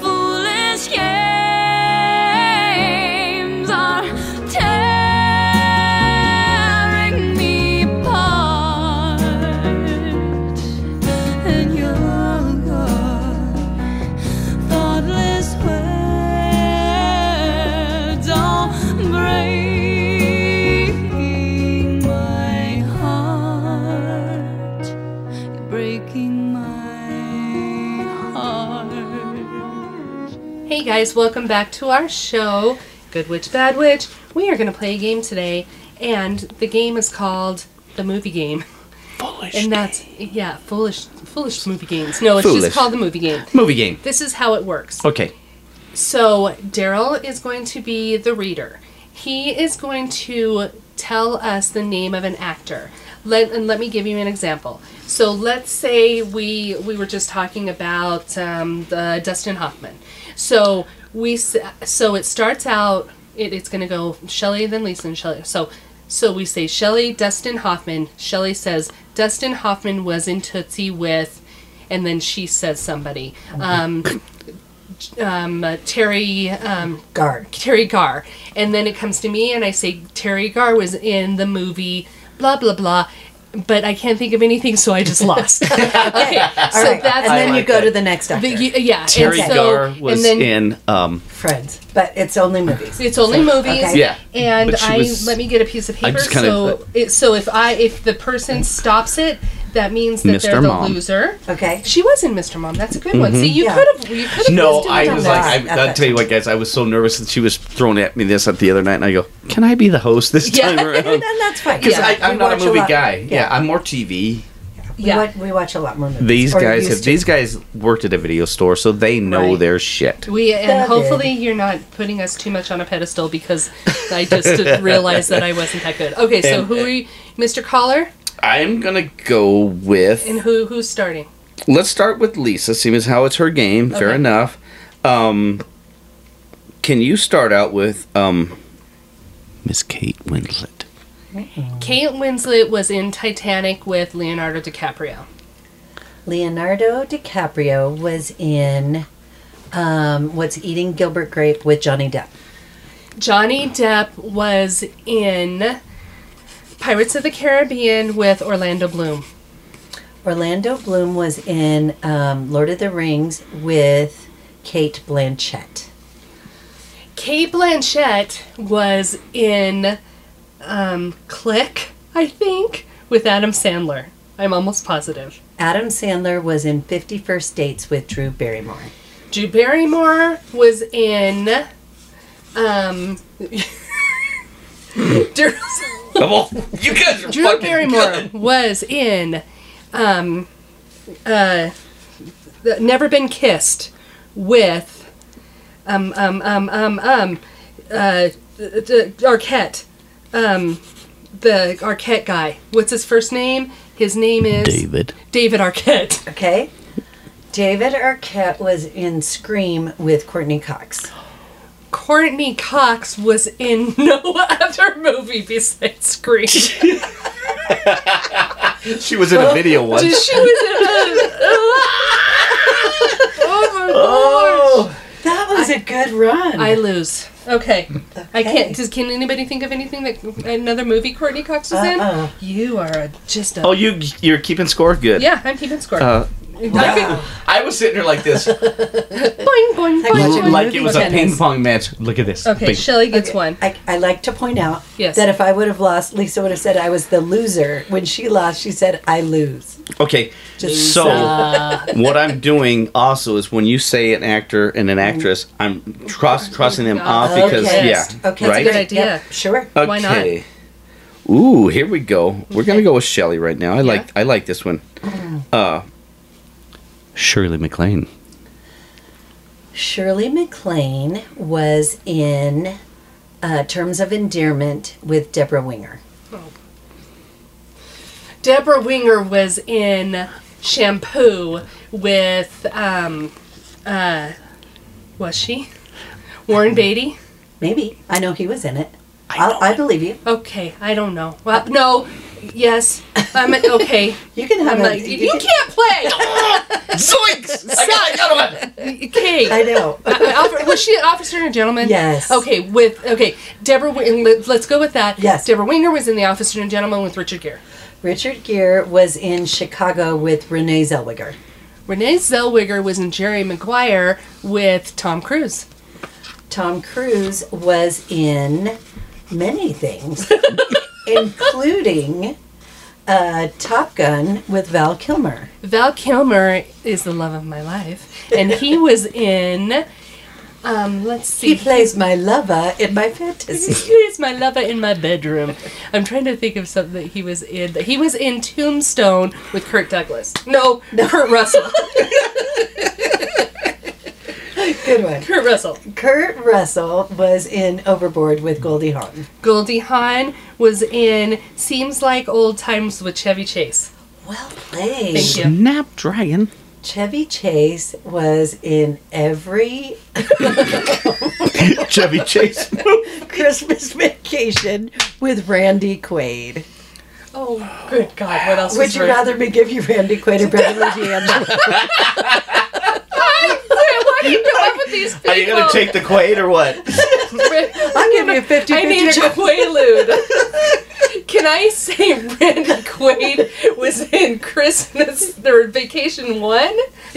Speaker 7: Foolish games are tearing me apart, and your thoughtless words are breaking my heart breaking my
Speaker 5: Hey guys, welcome back to our show, Good Witch, Bad Witch. We are going to play a game today, and the game is called the movie game. Foolish. And that's yeah, foolish, foolish movie games. No, it's
Speaker 4: Foolish.
Speaker 5: just called the movie game.
Speaker 4: Movie game.
Speaker 5: This is how it works.
Speaker 4: Okay.
Speaker 5: So Daryl is going to be the reader. He is going to tell us the name of an actor. Let and let me give you an example. So let's say we we were just talking about um, the Dustin Hoffman. So we s- so it starts out. It, it's going to go Shelley then Lisa and Shelley. So so we say Shelley Dustin Hoffman. Shelley says Dustin Hoffman was in Tootsie with, and then she says somebody. Um, um, uh, Terry um,
Speaker 3: Guard.
Speaker 5: Terry Gar, and then it comes to me and I say Terry Gar was in the movie blah blah blah, but I can't think of anything, so I just lost.
Speaker 3: All
Speaker 5: okay, so
Speaker 3: right.
Speaker 5: that's
Speaker 3: and then
Speaker 4: I
Speaker 3: you
Speaker 4: like
Speaker 3: go
Speaker 4: that.
Speaker 3: to the next actor.
Speaker 5: the, y- yeah.
Speaker 4: Terry
Speaker 5: and so,
Speaker 4: Gar was
Speaker 5: and then
Speaker 4: in. Um,
Speaker 3: Friends, but it's only movies.
Speaker 5: It's only movies.
Speaker 3: Okay.
Speaker 4: Yeah.
Speaker 5: And
Speaker 4: But she
Speaker 5: I
Speaker 4: was-
Speaker 5: let me get a piece of paper.
Speaker 4: just kinda-
Speaker 5: so it, so if I if the person stops it, that means that they're
Speaker 4: Mr.
Speaker 5: the
Speaker 4: Mom. Mm-hmm.
Speaker 5: loser.
Speaker 3: Okay.
Speaker 5: She was in Mr. Mom. That's a good one. See, you
Speaker 3: Yeah.
Speaker 5: could have you could have
Speaker 4: no, I was
Speaker 3: that.
Speaker 4: like, I, I'll
Speaker 3: Okay.
Speaker 4: tell you what, guys, I was so nervous that she was throwing at me this at the other night, and I go, "Can I be the host this
Speaker 5: Yeah.
Speaker 4: time around?"
Speaker 3: And that's fine.
Speaker 4: Because
Speaker 5: Yeah.
Speaker 4: I'm
Speaker 3: We
Speaker 4: not a
Speaker 3: watch
Speaker 4: movie
Speaker 3: lot-
Speaker 4: guy. Yeah. I'm more TV.
Speaker 5: Yeah.
Speaker 3: We, watch, we watch a lot more movies.
Speaker 4: These
Speaker 3: Or
Speaker 4: guys
Speaker 3: used
Speaker 4: have
Speaker 3: to.
Speaker 4: these guys worked at a video store, so they know
Speaker 5: Right.
Speaker 4: their shit.
Speaker 5: We and
Speaker 3: That
Speaker 5: hopefully you're not putting us too much on a pedestal because I just realized that I wasn't that good. Okay, so
Speaker 4: And-
Speaker 5: who are you, Mr. Caller,
Speaker 4: I'm gonna go with.
Speaker 5: and who who's starting?
Speaker 4: let's start with Lisa. See as how it's her game. Fair
Speaker 5: Okay.
Speaker 4: enough. Um, can you start out with um, Miss Kate Winslet?
Speaker 5: Kate Winslet was in Titanic with Leonardo DiCaprio.
Speaker 3: Leonardo DiCaprio was in um, What's Eating Gilbert Grape with Johnny Depp.
Speaker 5: Johnny Depp was in Pirates of the Caribbean with Orlando Bloom.
Speaker 3: Orlando Bloom was in um, Lord of the Rings with Kate Blanchett.
Speaker 5: Kate Blanchett was in um, Click, I think, with Adam Sandler. I'm almost positive.
Speaker 3: Adam Sandler was in 51st Dates with Drew Barrymore.
Speaker 5: Drew Barrymore was in. Um, Drew,
Speaker 4: you guys are
Speaker 5: Drew Barrymore was in. Um, uh, the Never Been Kissed with. Um, um, um, um, um. Uh, the, the Arquette. Um, the Arquette guy. What's his first name? His name is
Speaker 4: David.
Speaker 5: David Arquette.
Speaker 3: Okay? David Arquette was in Scream with Courtney Cox.
Speaker 5: Courtney Cox was in no other movie besides Scream.
Speaker 4: She was in a video once.
Speaker 5: she was in a. oh my lord!
Speaker 3: That was a good run.
Speaker 5: I lose. Okay. I
Speaker 3: Okay.
Speaker 5: can't. Does, can anybody think of anything that another movie Courtney Cox was
Speaker 3: Uh-uh.
Speaker 5: in? You are a, just a.
Speaker 4: oh, you you're keeping score. Good.
Speaker 5: Yeah, I'm keeping score.
Speaker 4: Uh,
Speaker 5: I could-
Speaker 4: I was sitting here like this,
Speaker 5: boing, boing, boing,
Speaker 3: watching
Speaker 5: boing.
Speaker 4: like it was a
Speaker 3: Tennis.
Speaker 4: ping pong match. Look at this.
Speaker 5: Okay,
Speaker 4: Bing.
Speaker 5: Shelly gets
Speaker 3: Okay,
Speaker 5: one.
Speaker 3: I, I like to point out
Speaker 5: Yes.
Speaker 3: that if I would have lost, Lisa would have said I was the loser. When she lost, she said, I lose.
Speaker 4: Okay,
Speaker 3: Just-
Speaker 4: so
Speaker 5: uh,
Speaker 4: what I'm doing also is when you say an actor and an actress, I'm cross crossing them off
Speaker 5: Okay.
Speaker 4: because
Speaker 5: Oh Okay.
Speaker 4: yeah,
Speaker 3: Okay,
Speaker 4: right?
Speaker 5: good idea.
Speaker 3: Yep, sure.
Speaker 4: Okay.
Speaker 5: Why not?
Speaker 4: Ooh, here we go. We're gonna
Speaker 5: Okay. Mm.
Speaker 4: go with Shelley right now. I like I like this one. Uh, Shirley MacLaine.
Speaker 3: Shirley MacLaine was in uh, Terms of Endearment with Deborah Winger.
Speaker 5: Deborah Winger was in Shampoo with um, uh, was she Warren Beatty?
Speaker 3: Maybe. I know he was in it. I, I believe you.
Speaker 5: Okay, I don't know. Well, no, yes, I'm okay.
Speaker 3: You can have
Speaker 5: I'm
Speaker 3: a-
Speaker 5: like, you can't play.
Speaker 4: Zoinks! I got another one.
Speaker 5: Okay.
Speaker 3: I know.
Speaker 5: Officer, was she an officer and a gentleman?
Speaker 3: Yes.
Speaker 5: Okay, with okay, Deborah. Wing- let- Let's go with that.
Speaker 3: Yes.
Speaker 5: Deborah Winger was in the officer and gentleman with Richard Gere.
Speaker 3: Richard Gere was in Chicago with Renee Zellweger.
Speaker 5: Renee Zellweger was in Jerry Maguire with Tom Cruise.
Speaker 3: Tom Cruise was in many things, including uh, Top Gun with Val Kilmer.
Speaker 5: Val Kilmer is the love of my life, and he was in Um, let's see.
Speaker 3: He plays my lover in my fantasy.
Speaker 5: He's my lover in my bedroom. I'm trying to think of something that he was in. He was in Tombstone with Kirk Douglas. No, Kurt Russell.
Speaker 3: Good one.
Speaker 5: Kurt Russell.
Speaker 3: Kurt Russell was in Overboard with Goldie Hawn.
Speaker 5: Goldie Hawn was in Seems Like Old Times with Chevy Chase.
Speaker 3: Well played.
Speaker 5: Thank you.
Speaker 4: Snapdragon.
Speaker 3: Chevy Chase was in every
Speaker 4: Chevy Chase.
Speaker 3: Christmas vacation with Randy Quaid.
Speaker 5: Oh, good God. What else
Speaker 3: Would
Speaker 5: was
Speaker 3: you
Speaker 5: there?
Speaker 3: rather me give you Randy Quaid or Beverly D'Angelo?
Speaker 5: Why do you come up with these people?
Speaker 4: Are you gonna take the Quaid or what?
Speaker 3: I'll give you a 50
Speaker 5: I need a Quaalude. Can I say Randy Quaid was in Christmas or Vacation One?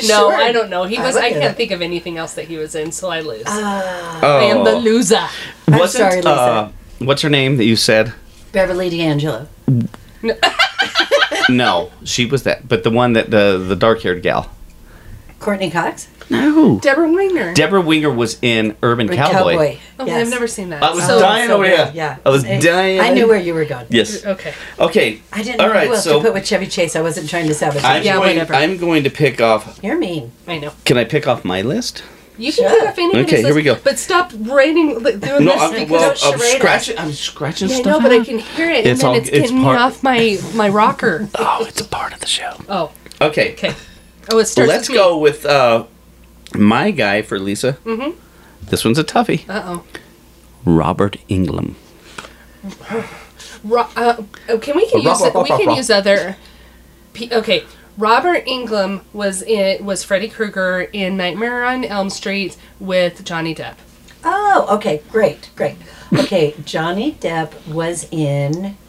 Speaker 5: No,
Speaker 3: Sure.
Speaker 5: I don't know. He
Speaker 3: I
Speaker 5: was.
Speaker 3: like
Speaker 5: I can't
Speaker 3: it.
Speaker 5: think of anything else that he was in, so I lose.
Speaker 4: Oh.
Speaker 5: I am the loser.
Speaker 4: Wasn't,
Speaker 3: sorry, Lisa.
Speaker 4: uh, what's her name that you said?
Speaker 3: Beverly D'Angelo.
Speaker 4: No, she was that, but the one that the the dark haired gal.
Speaker 3: Courtney Cox?
Speaker 4: No.
Speaker 5: Deborah Winger.
Speaker 4: Deborah Winger was in Urban
Speaker 3: Or
Speaker 4: Cowboy.
Speaker 5: oh,
Speaker 3: Yes.
Speaker 5: I've never seen that.
Speaker 4: I was
Speaker 5: So-
Speaker 4: dying
Speaker 3: so
Speaker 4: over
Speaker 3: good,
Speaker 4: here.
Speaker 3: Yeah.
Speaker 4: I was
Speaker 3: Hey,
Speaker 4: dying.
Speaker 3: I knew where you were going.
Speaker 4: Yes.
Speaker 5: Okay.
Speaker 4: Okay.
Speaker 3: I didn't
Speaker 4: All
Speaker 3: know
Speaker 4: right,
Speaker 3: who else
Speaker 4: so
Speaker 3: to put with Chevy Chase. I wasn't trying to sabotage.
Speaker 4: I'm
Speaker 5: Yeah,
Speaker 4: going.
Speaker 5: whatever.
Speaker 4: I'm going to pick off.
Speaker 3: You're mean.
Speaker 5: I know.
Speaker 4: Can I pick off my list?
Speaker 5: You can
Speaker 3: Sure.
Speaker 5: pick up anybody's
Speaker 4: Okay, here we
Speaker 5: list,
Speaker 4: go.
Speaker 5: But stop writing, li- doing
Speaker 4: No,
Speaker 5: this
Speaker 4: I'm,
Speaker 5: because
Speaker 4: well,
Speaker 3: of
Speaker 4: I'm
Speaker 3: charade.
Speaker 4: scratching. I'm scratching
Speaker 5: I
Speaker 4: stuff.
Speaker 5: know, but I
Speaker 4: out.
Speaker 5: can hear it,
Speaker 4: It's
Speaker 5: and then
Speaker 4: all-
Speaker 5: it's
Speaker 4: it's
Speaker 5: getting me
Speaker 4: part-
Speaker 5: off my my rocker.
Speaker 4: Oh, it's a part of the show.
Speaker 5: Oh,
Speaker 4: Okay.
Speaker 5: okay. Oh, it starts.
Speaker 4: Let's
Speaker 5: with
Speaker 4: go with uh, my guy for Lisa. Mm-hmm. This one's a toughie.
Speaker 5: Uh oh.
Speaker 4: Robert Ingram.
Speaker 5: Ro- uh, oh, can we can
Speaker 4: Rob,
Speaker 5: use
Speaker 4: Rob,
Speaker 5: we
Speaker 4: Rob,
Speaker 5: can
Speaker 4: Rob.
Speaker 5: use other. P- okay, Robert Englund was in was Freddy Krueger in Nightmare on Elm Street with Johnny Depp.
Speaker 3: Oh, okay. Great. Great. Okay. Johnny Depp was in.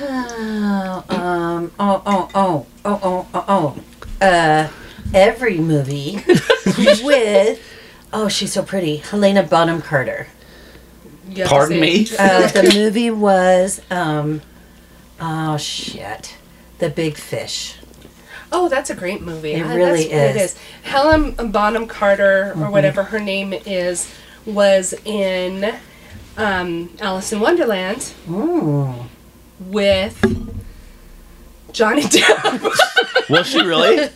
Speaker 3: Oh, um, oh, oh, oh, oh, oh, oh, oh. Uh, every movie with. Oh, she's so pretty. Helena Bonham Carter.
Speaker 5: You have to
Speaker 4: Pardon
Speaker 5: say
Speaker 4: me?
Speaker 5: it.
Speaker 3: Uh, the movie was. Um, oh, shit. The Big Fish.
Speaker 5: Oh, that's a great movie.
Speaker 3: It
Speaker 5: Ah,
Speaker 3: really
Speaker 5: that's what It
Speaker 3: is. Mm-hmm.
Speaker 5: is. Helen Bonham Carter, or whatever her name is, was in um, Alice in Wonderland with Johnny Depp.
Speaker 4: Was she really?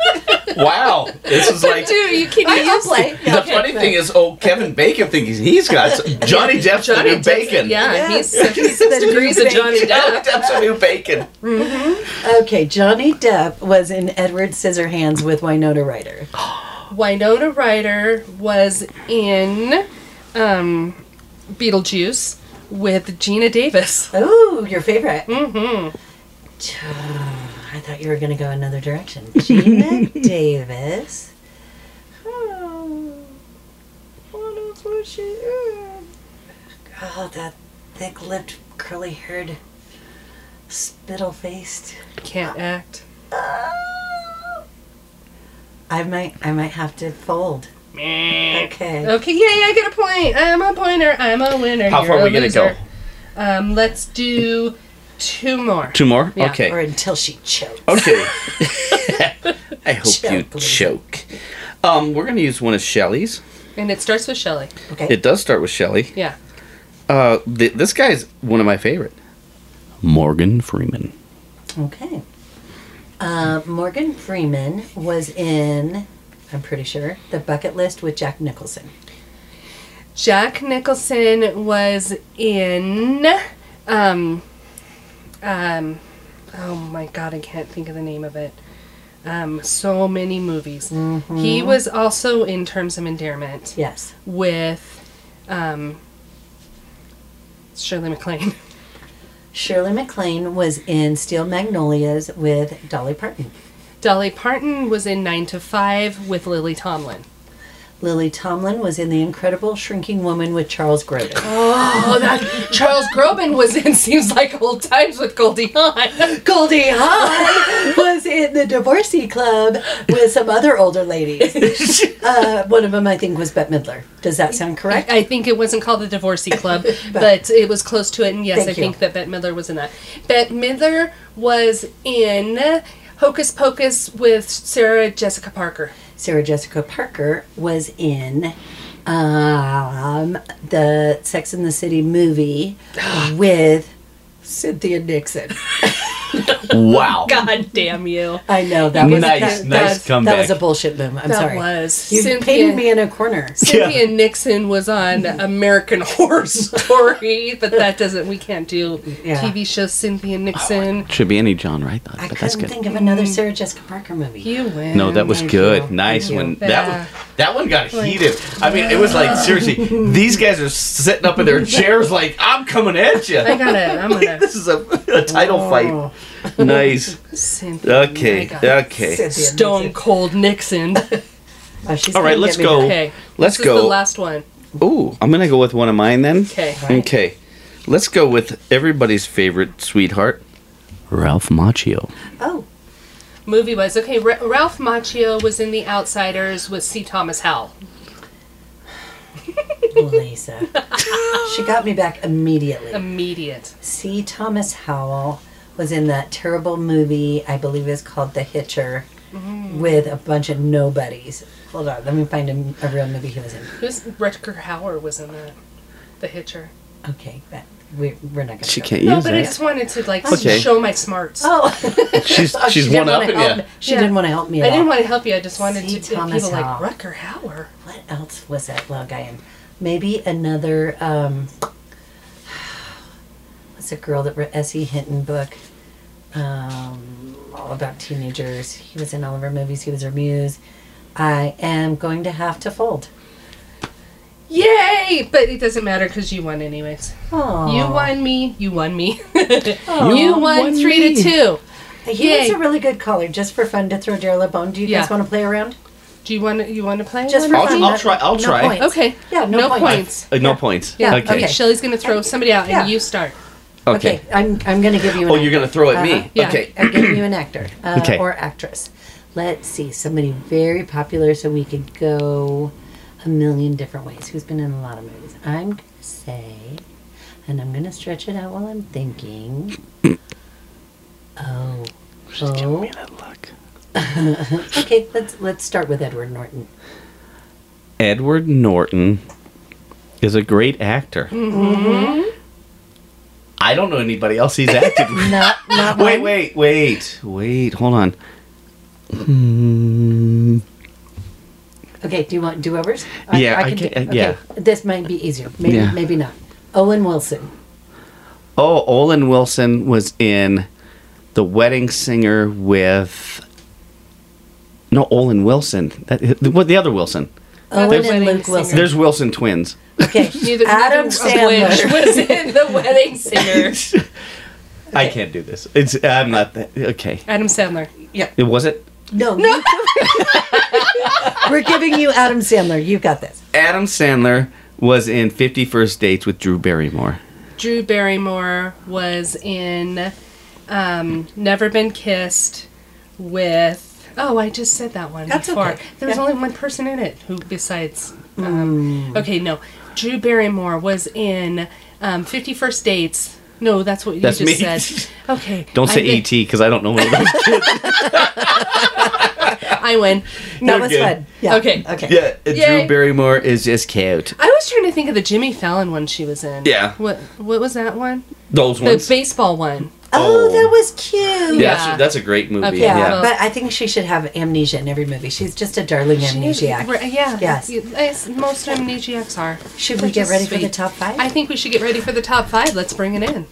Speaker 4: wow. This is like.
Speaker 5: Dude, you can
Speaker 3: I'll play.
Speaker 4: The funny thing is, oh, Kevin Bacon thinks he's got some- Johnny Depp's the new bacon.
Speaker 5: Yeah,
Speaker 3: Yes.
Speaker 5: he's
Speaker 3: He's the
Speaker 5: 76 degrees
Speaker 3: new
Speaker 5: of Johnny
Speaker 4: Johnny
Speaker 5: Depp.
Speaker 4: Depp's the new bacon.
Speaker 3: Okay, Johnny Depp was in Edward Scissorhands with Winona Ryder.
Speaker 5: Winona Ryder was in um, Beetlejuice with Gina Davis.
Speaker 3: Oh, your favorite. Mm-hmm. I thought you were going to go another direction. Gina Davis. Oh, what else was she in? Oh, that thick-lipped, curly-haired, spittle-faced.
Speaker 5: Can't act.
Speaker 3: I might, I might have to fold. Okay.
Speaker 5: Okay, yay, I get a point. I'm a pointer. I'm a winner.
Speaker 4: How
Speaker 5: You're
Speaker 4: far
Speaker 5: a
Speaker 4: are we going to go?
Speaker 5: loser. Um, let's do two more.
Speaker 4: Two more?
Speaker 5: Yeah.
Speaker 4: Okay.
Speaker 3: Or until she chokes.
Speaker 4: Okay. I hope
Speaker 3: Choke,
Speaker 4: you
Speaker 3: Lisa.
Speaker 4: choke. Um, we're going to use one of Shelley's.
Speaker 5: And it starts with Shelley.
Speaker 3: Okay.
Speaker 4: It does start with Shelley.
Speaker 5: Yeah.
Speaker 4: Uh, th- this guy's one of my favorite. Morgan Freeman.
Speaker 3: Okay. Uh, Morgan Freeman was in, I'm pretty sure, The Bucket List with Jack Nicholson.
Speaker 5: Jack Nicholson was in. Um, um, oh my god, I can't think of the name of it. Um, so many movies. He was also in Terms of Endearment
Speaker 3: Yes.
Speaker 5: with um, Shirley MacLaine.
Speaker 3: Shirley MacLaine was in Steel Magnolias with Dolly Parton.
Speaker 5: Dolly Parton was in Nine to Five with Lily Tomlin.
Speaker 3: Lily Tomlin was in The Incredible Shrinking Woman with Charles Grodin.
Speaker 5: Oh, that Charles Groban was in Seems Like Old Times with Goldie Hawn.
Speaker 3: Goldie Hawn was in The Divorcee Club with some other older ladies. Uh, one of them, I think, was Bette Midler. Does that sound correct?
Speaker 5: I think it wasn't called the Divorcee Club, but it was close to it. And yes,
Speaker 3: Thank
Speaker 5: I
Speaker 3: you.
Speaker 5: think that Bette Midler was in that. Bette Midler was in Hocus Pocus with Sarah Jessica Parker.
Speaker 3: Sarah Jessica Parker was in um, the Sex in the City movie with Cynthia Nixon.
Speaker 4: Wow.
Speaker 5: God damn you.
Speaker 3: I know that was
Speaker 4: Nice,
Speaker 3: that,
Speaker 4: nice
Speaker 3: that,
Speaker 4: comeback.
Speaker 3: That was a bullshit move. I'm
Speaker 5: That
Speaker 3: sorry.
Speaker 5: was.
Speaker 3: you
Speaker 5: Cynthia-
Speaker 3: painted me in a corner.
Speaker 5: Cynthia Nixon was on American Horror Story, but that doesn't. We can't do
Speaker 3: Yeah. Oh,
Speaker 5: TV show Cynthia Nixon.
Speaker 4: Should be any John Wright, though,
Speaker 3: I
Speaker 4: but that's
Speaker 3: couldn't
Speaker 4: good.
Speaker 3: think of another Sarah Jessica Parker movie.
Speaker 5: You win.
Speaker 4: no, that was
Speaker 3: Thank
Speaker 4: good.
Speaker 3: you.
Speaker 4: Nice
Speaker 3: Thank
Speaker 4: one.
Speaker 3: you.
Speaker 4: That
Speaker 5: Yeah.
Speaker 4: one, that one got heated. I mean, it was like seriously, these guys are sitting up in their chairs, like I'm coming at you.
Speaker 5: I got it. I'm gonna.
Speaker 4: this is a, a title fight. Nice.
Speaker 3: Oh
Speaker 5: Cynthia.
Speaker 4: Okay.
Speaker 5: My God.
Speaker 4: Okay.
Speaker 3: Cynthia
Speaker 5: Stone
Speaker 3: Nixon.
Speaker 5: Cold Nixon.
Speaker 3: Oh, she's
Speaker 4: All right,
Speaker 3: gonna
Speaker 4: let's
Speaker 3: get me.
Speaker 4: go.
Speaker 5: Okay.
Speaker 4: Let's
Speaker 5: this is
Speaker 4: go.
Speaker 5: the last one.
Speaker 4: Ooh, I'm gonna go with one of mine then.
Speaker 5: Okay.
Speaker 4: Okay. Let's go with everybody's favorite sweetheart, Ralph Macchio.
Speaker 3: Oh,
Speaker 5: Movie was okay. Ra- Ralph Macchio was in The Outsiders with C. Thomas Howell.
Speaker 3: Lisa. she got me back immediately.
Speaker 5: Immediate.
Speaker 3: C. Thomas Howell was in that terrible movie, I believe it's called The Hitcher,
Speaker 5: Mm.
Speaker 3: with a bunch of nobodies. Hold on, let me find a, a real movie he was in.
Speaker 5: Who's Rutger Hauer was in that? The Hitcher.
Speaker 3: Okay, but we, we're not going to.
Speaker 4: She can't
Speaker 5: No,
Speaker 4: use
Speaker 5: but I
Speaker 4: that.
Speaker 5: just wanted to like
Speaker 4: Okay.
Speaker 5: show my smarts.
Speaker 3: Oh,
Speaker 4: She's
Speaker 3: Oh,
Speaker 4: she's
Speaker 3: she didn't
Speaker 4: one up
Speaker 3: wanna
Speaker 4: in
Speaker 3: help
Speaker 4: you.
Speaker 3: me. She
Speaker 5: Yeah.
Speaker 3: didn't want to help me
Speaker 5: I
Speaker 3: at
Speaker 5: didn't
Speaker 3: all.
Speaker 5: want to help you. I just wanted
Speaker 3: See,
Speaker 5: to get
Speaker 3: Thomas
Speaker 5: people like
Speaker 3: Howell.
Speaker 5: Rucker Hauer.
Speaker 3: What else was that little guy in? Maybe another. Um, what's a girl that wrote S.E. Hinton book? Um, all about teenagers. He was in all of her movies. He was her muse. I am going to have to fold.
Speaker 5: Yay! But it doesn't matter because you won anyways.
Speaker 3: Oh,
Speaker 5: You won me. You won me. you won,
Speaker 4: won
Speaker 5: three
Speaker 4: me.
Speaker 5: to two.
Speaker 3: He was
Speaker 5: Yay.
Speaker 3: a really good caller. Just for fun, to throw Daryl a bone. Do you
Speaker 5: Yeah.
Speaker 3: guys want to play around?
Speaker 5: Do you want you want to play?
Speaker 3: Just for
Speaker 5: one?
Speaker 4: I'll-
Speaker 3: fun.
Speaker 4: I'll
Speaker 3: no-
Speaker 4: try- I'll
Speaker 3: no
Speaker 4: try.
Speaker 3: points.
Speaker 5: okay.
Speaker 3: Yeah, no,
Speaker 5: No
Speaker 3: points.
Speaker 5: points.
Speaker 4: Uh, no points.
Speaker 5: Yeah.
Speaker 4: Okay.
Speaker 5: Okay. Shelly's gonna throw somebody out,
Speaker 3: Yeah.
Speaker 5: and you start.
Speaker 4: Okay.
Speaker 3: Okay. I'm I'm gonna give you. An
Speaker 4: Oh, you're gonna throw at
Speaker 3: Uh-huh.
Speaker 4: me.
Speaker 5: Yeah.
Speaker 4: Okay.
Speaker 3: I'm giving you an actor uh,
Speaker 4: Okay.
Speaker 3: or actress. Let's see, somebody very popular, so we could go a million different ways. Who's been in a lot of movies? I'm gonna say, and I'm gonna stretch it out while I'm thinking. oh, oh, okay. Let's let's start with Edward Norton.
Speaker 4: Edward Norton is a great actor. I don't know anybody else he's acted with.
Speaker 3: Not not
Speaker 4: Wait,
Speaker 3: one.
Speaker 4: wait, wait, wait. Hold on.
Speaker 3: Okay, do you want do overs?
Speaker 4: Yeah, I can- uh, yeah.
Speaker 3: This might be easier. Maybe
Speaker 4: Yeah.
Speaker 3: maybe not. Owen Wilson.
Speaker 4: Oh, Olin Wilson was in The Wedding Singer with. No, Olin Wilson. That, what the other Wilson?
Speaker 3: Owen and
Speaker 5: wedding
Speaker 3: Luke
Speaker 5: singer.
Speaker 3: Wilson.
Speaker 4: There's Wilson twins.
Speaker 3: Okay,
Speaker 5: Neither,
Speaker 3: Adam
Speaker 5: neither of
Speaker 3: Sandler.
Speaker 5: which was in the wedding singer.
Speaker 4: I can't do this. It's I'm not that okay.
Speaker 5: Adam Sandler.
Speaker 4: It was it
Speaker 3: No, no. We're giving you Adam Sandler. You've got this.
Speaker 4: Adam Sandler was in Fifty First Dates with Drew Barrymore.
Speaker 5: Drew Barrymore was in um, Never Been Kissed with. Oh, I just said that one
Speaker 3: That's
Speaker 5: before.
Speaker 3: okay.
Speaker 5: There was
Speaker 3: Yeah. Hmm.
Speaker 5: only one person in it who, besides. Um, Okay, no. Drew Barrymore was in um, 51st Dates. No, that's what you
Speaker 4: That's
Speaker 5: just
Speaker 4: me.
Speaker 5: said. Okay.
Speaker 4: Don't say E
Speaker 5: I win.
Speaker 4: ET because I don't know what it is.
Speaker 5: I win.
Speaker 3: That
Speaker 4: You're
Speaker 3: was
Speaker 4: good.
Speaker 3: fun. Yeah.
Speaker 5: Okay.
Speaker 3: Okay.
Speaker 4: yeah, uh,
Speaker 5: Yay.
Speaker 4: Drew Barrymore is just cute.
Speaker 5: I was trying to think of the Jimmy Fallon one she was in.
Speaker 4: Yeah.
Speaker 5: What What was that one?
Speaker 4: Those
Speaker 5: The
Speaker 4: ones.
Speaker 5: baseball one.
Speaker 3: Oh,
Speaker 4: Oh.
Speaker 3: that was cute. Yeah.
Speaker 4: yeah, That's, that's a great movie.
Speaker 5: Okay.
Speaker 4: Yeah.
Speaker 5: Yeah.
Speaker 3: but I think she should have amnesia in every movie. She's just a darling amnesiac.
Speaker 5: Right, Yeah.
Speaker 3: Yes.
Speaker 5: You- yes, Most amnesiacs are.
Speaker 3: Should
Speaker 5: They're
Speaker 3: we get
Speaker 5: just
Speaker 3: ready for the
Speaker 5: sweet.
Speaker 3: top five?
Speaker 5: I think we should get ready for the top five. Let's bring it in.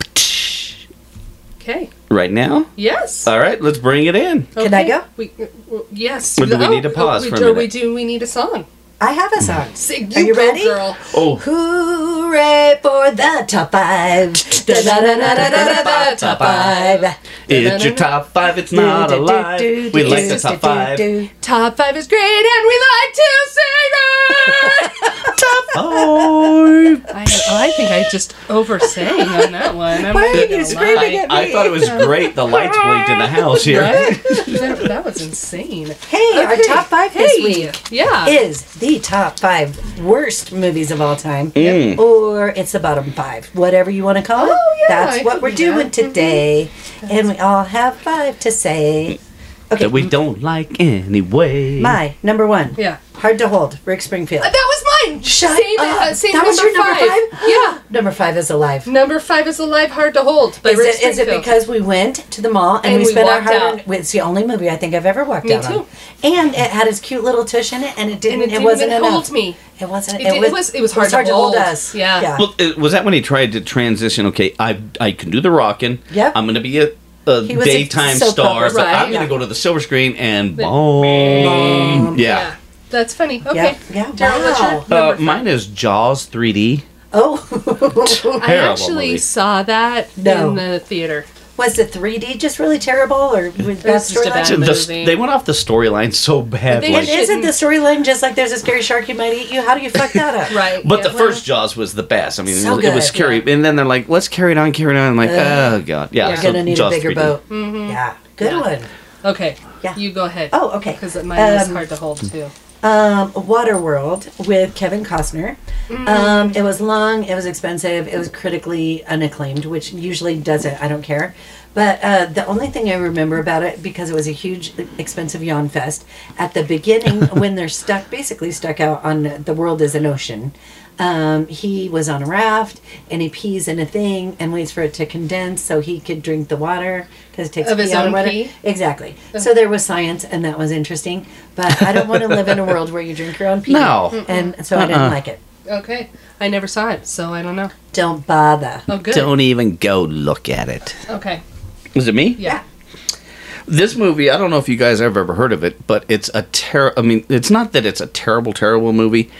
Speaker 5: Okay.
Speaker 4: Right now.
Speaker 5: Yes.
Speaker 4: All right, let's bring it in.
Speaker 3: Can I
Speaker 5: Okay.
Speaker 3: go?
Speaker 5: We, uh, well, yes. Oh,
Speaker 4: Or do we need to pause
Speaker 5: we,
Speaker 4: for a
Speaker 5: do-
Speaker 4: minute?
Speaker 5: We do. We need a song.
Speaker 3: I have a song.
Speaker 5: Sing,
Speaker 3: Are you
Speaker 5: go,
Speaker 3: ready?
Speaker 5: girl.
Speaker 4: Oh,
Speaker 3: Hooray for the top five. Da-da-da-da-da-da-da, Top five.
Speaker 4: it's your top five. It's not a lie. We like the top five.
Speaker 5: Top five is great, and we like to sing it.
Speaker 4: Oh,
Speaker 5: I, oh, I think I just over sang on that one. I'm
Speaker 3: Why
Speaker 5: not
Speaker 3: are
Speaker 5: gonna
Speaker 3: you screaming
Speaker 5: lie.
Speaker 3: at me?
Speaker 4: I thought it was great. The lights blinked in the house here.
Speaker 5: Right? that, that was insane.
Speaker 3: Hey, our
Speaker 5: Okay.
Speaker 3: top five this week.
Speaker 5: Yeah.
Speaker 3: is the top five worst movies of all time, or it's the bottom five, whatever you want to call it.
Speaker 5: Oh, yeah,
Speaker 3: That's
Speaker 5: it
Speaker 3: what
Speaker 5: could
Speaker 3: we're
Speaker 5: be
Speaker 3: doing
Speaker 5: that. Mm-hmm.
Speaker 3: today, and we all have five to say. Okay,
Speaker 4: That we don't like anyway.
Speaker 3: my number one,
Speaker 5: yeah.
Speaker 3: hard to hold, Rick Springfield.
Speaker 5: Uh, That was uh, my fine.
Speaker 3: Shut
Speaker 5: save
Speaker 3: up.
Speaker 5: It, save
Speaker 3: uh, That was your number five?
Speaker 5: Yeah.
Speaker 3: Number five is alive.
Speaker 5: Number five is Alive Hard to Hold by
Speaker 3: Is
Speaker 5: Mm,
Speaker 3: it,
Speaker 5: Rick
Speaker 3: is it
Speaker 5: Springfield.
Speaker 3: because we went to the mall and,
Speaker 5: And
Speaker 3: we
Speaker 5: we
Speaker 3: spent our
Speaker 5: walked
Speaker 3: hard
Speaker 5: out.
Speaker 3: earned? It's the only movie I think I've ever walked
Speaker 5: Me
Speaker 3: out on.
Speaker 5: too.
Speaker 3: And it had his cute little tush in it, and it didn't.
Speaker 5: And it didn't
Speaker 3: wasn't
Speaker 5: even
Speaker 3: enough.
Speaker 5: hold me.
Speaker 3: It wasn't.
Speaker 5: It did- it was- it was hard to hold.
Speaker 3: us.
Speaker 5: Yeah.
Speaker 3: yeah.
Speaker 4: Well, it, was that when he tried to transition? Okay, I I can do the rocking.
Speaker 3: Yep.
Speaker 4: I'm going to be a, a
Speaker 3: He was a
Speaker 4: daytime
Speaker 3: soap
Speaker 4: star,
Speaker 3: opera
Speaker 4: but
Speaker 5: star,
Speaker 4: I'm going
Speaker 3: yeah.
Speaker 4: to go to the silver screen and
Speaker 5: The-
Speaker 4: boom.
Speaker 5: Yeah.
Speaker 4: Yeah.
Speaker 5: That's funny. Okay.
Speaker 3: yeah,
Speaker 5: Daryl, what's your
Speaker 3: wow.
Speaker 5: number
Speaker 4: Uh,
Speaker 5: five?
Speaker 4: mine is Jaws 3D.
Speaker 3: oh,
Speaker 5: I
Speaker 4: terrible
Speaker 5: actually
Speaker 4: movie.
Speaker 5: saw that
Speaker 3: No.
Speaker 5: in the theater.
Speaker 3: was the 3D just really terrible, or was that
Speaker 5: was just a
Speaker 3: storyline?
Speaker 5: bad-
Speaker 4: The-
Speaker 5: movie.
Speaker 4: they went off the storyline so badly.
Speaker 5: They
Speaker 3: And isn't
Speaker 5: shouldn't-
Speaker 3: the storyline just like there's a scary shark you might eat you? How do you fuck that up?
Speaker 5: Right.
Speaker 4: But the
Speaker 5: yeah, well,
Speaker 4: first Jaws was the best. I mean,
Speaker 3: So
Speaker 4: it was
Speaker 3: good.
Speaker 4: scary. And then they're like, let's carry it on, carry it on. I'm like, oh, God. Yeah.
Speaker 5: You're
Speaker 3: You're
Speaker 4: so
Speaker 3: gonna need
Speaker 4: Jaws
Speaker 3: a bigger
Speaker 4: 3D.
Speaker 3: boat.
Speaker 5: Mm-hmm.
Speaker 3: Yeah, good one.
Speaker 5: Okay.
Speaker 3: Yeah.
Speaker 5: You go ahead.
Speaker 3: Oh, okay.
Speaker 5: Because mine was
Speaker 3: Um,
Speaker 5: hard to hold too.
Speaker 3: um, Waterworld with Kevin Costner.
Speaker 5: Mm-hmm.
Speaker 3: Um, it was long, it was expensive, it was critically unacclaimed, which usually doesn't. I don't care. But uh, the only thing I remember about it, because it was a huge, expensive yawn fest, at the beginning when they're stuck, basically stuck out on the world is an ocean. Um, he was on a raft and he pees in a thing and waits for it to condense so he could drink the water because it takes
Speaker 5: Of his
Speaker 3: pee out
Speaker 5: own
Speaker 3: water.
Speaker 5: pee?
Speaker 3: Exactly. So there was science, and that was interesting. But I don't want to live in a world where you drink your own pee.
Speaker 4: No. Uh-uh.
Speaker 3: And so I didn't like it.
Speaker 5: Okay. I never saw it, so I don't know.
Speaker 3: Don't bother.
Speaker 5: Oh, good.
Speaker 4: Don't even go look at it.
Speaker 5: Okay.
Speaker 4: Is it me?
Speaker 5: Yeah.
Speaker 4: This movie, I don't know if you guys have ever heard of it, but it's a ter I mean, it's not that it's a terrible, terrible movie,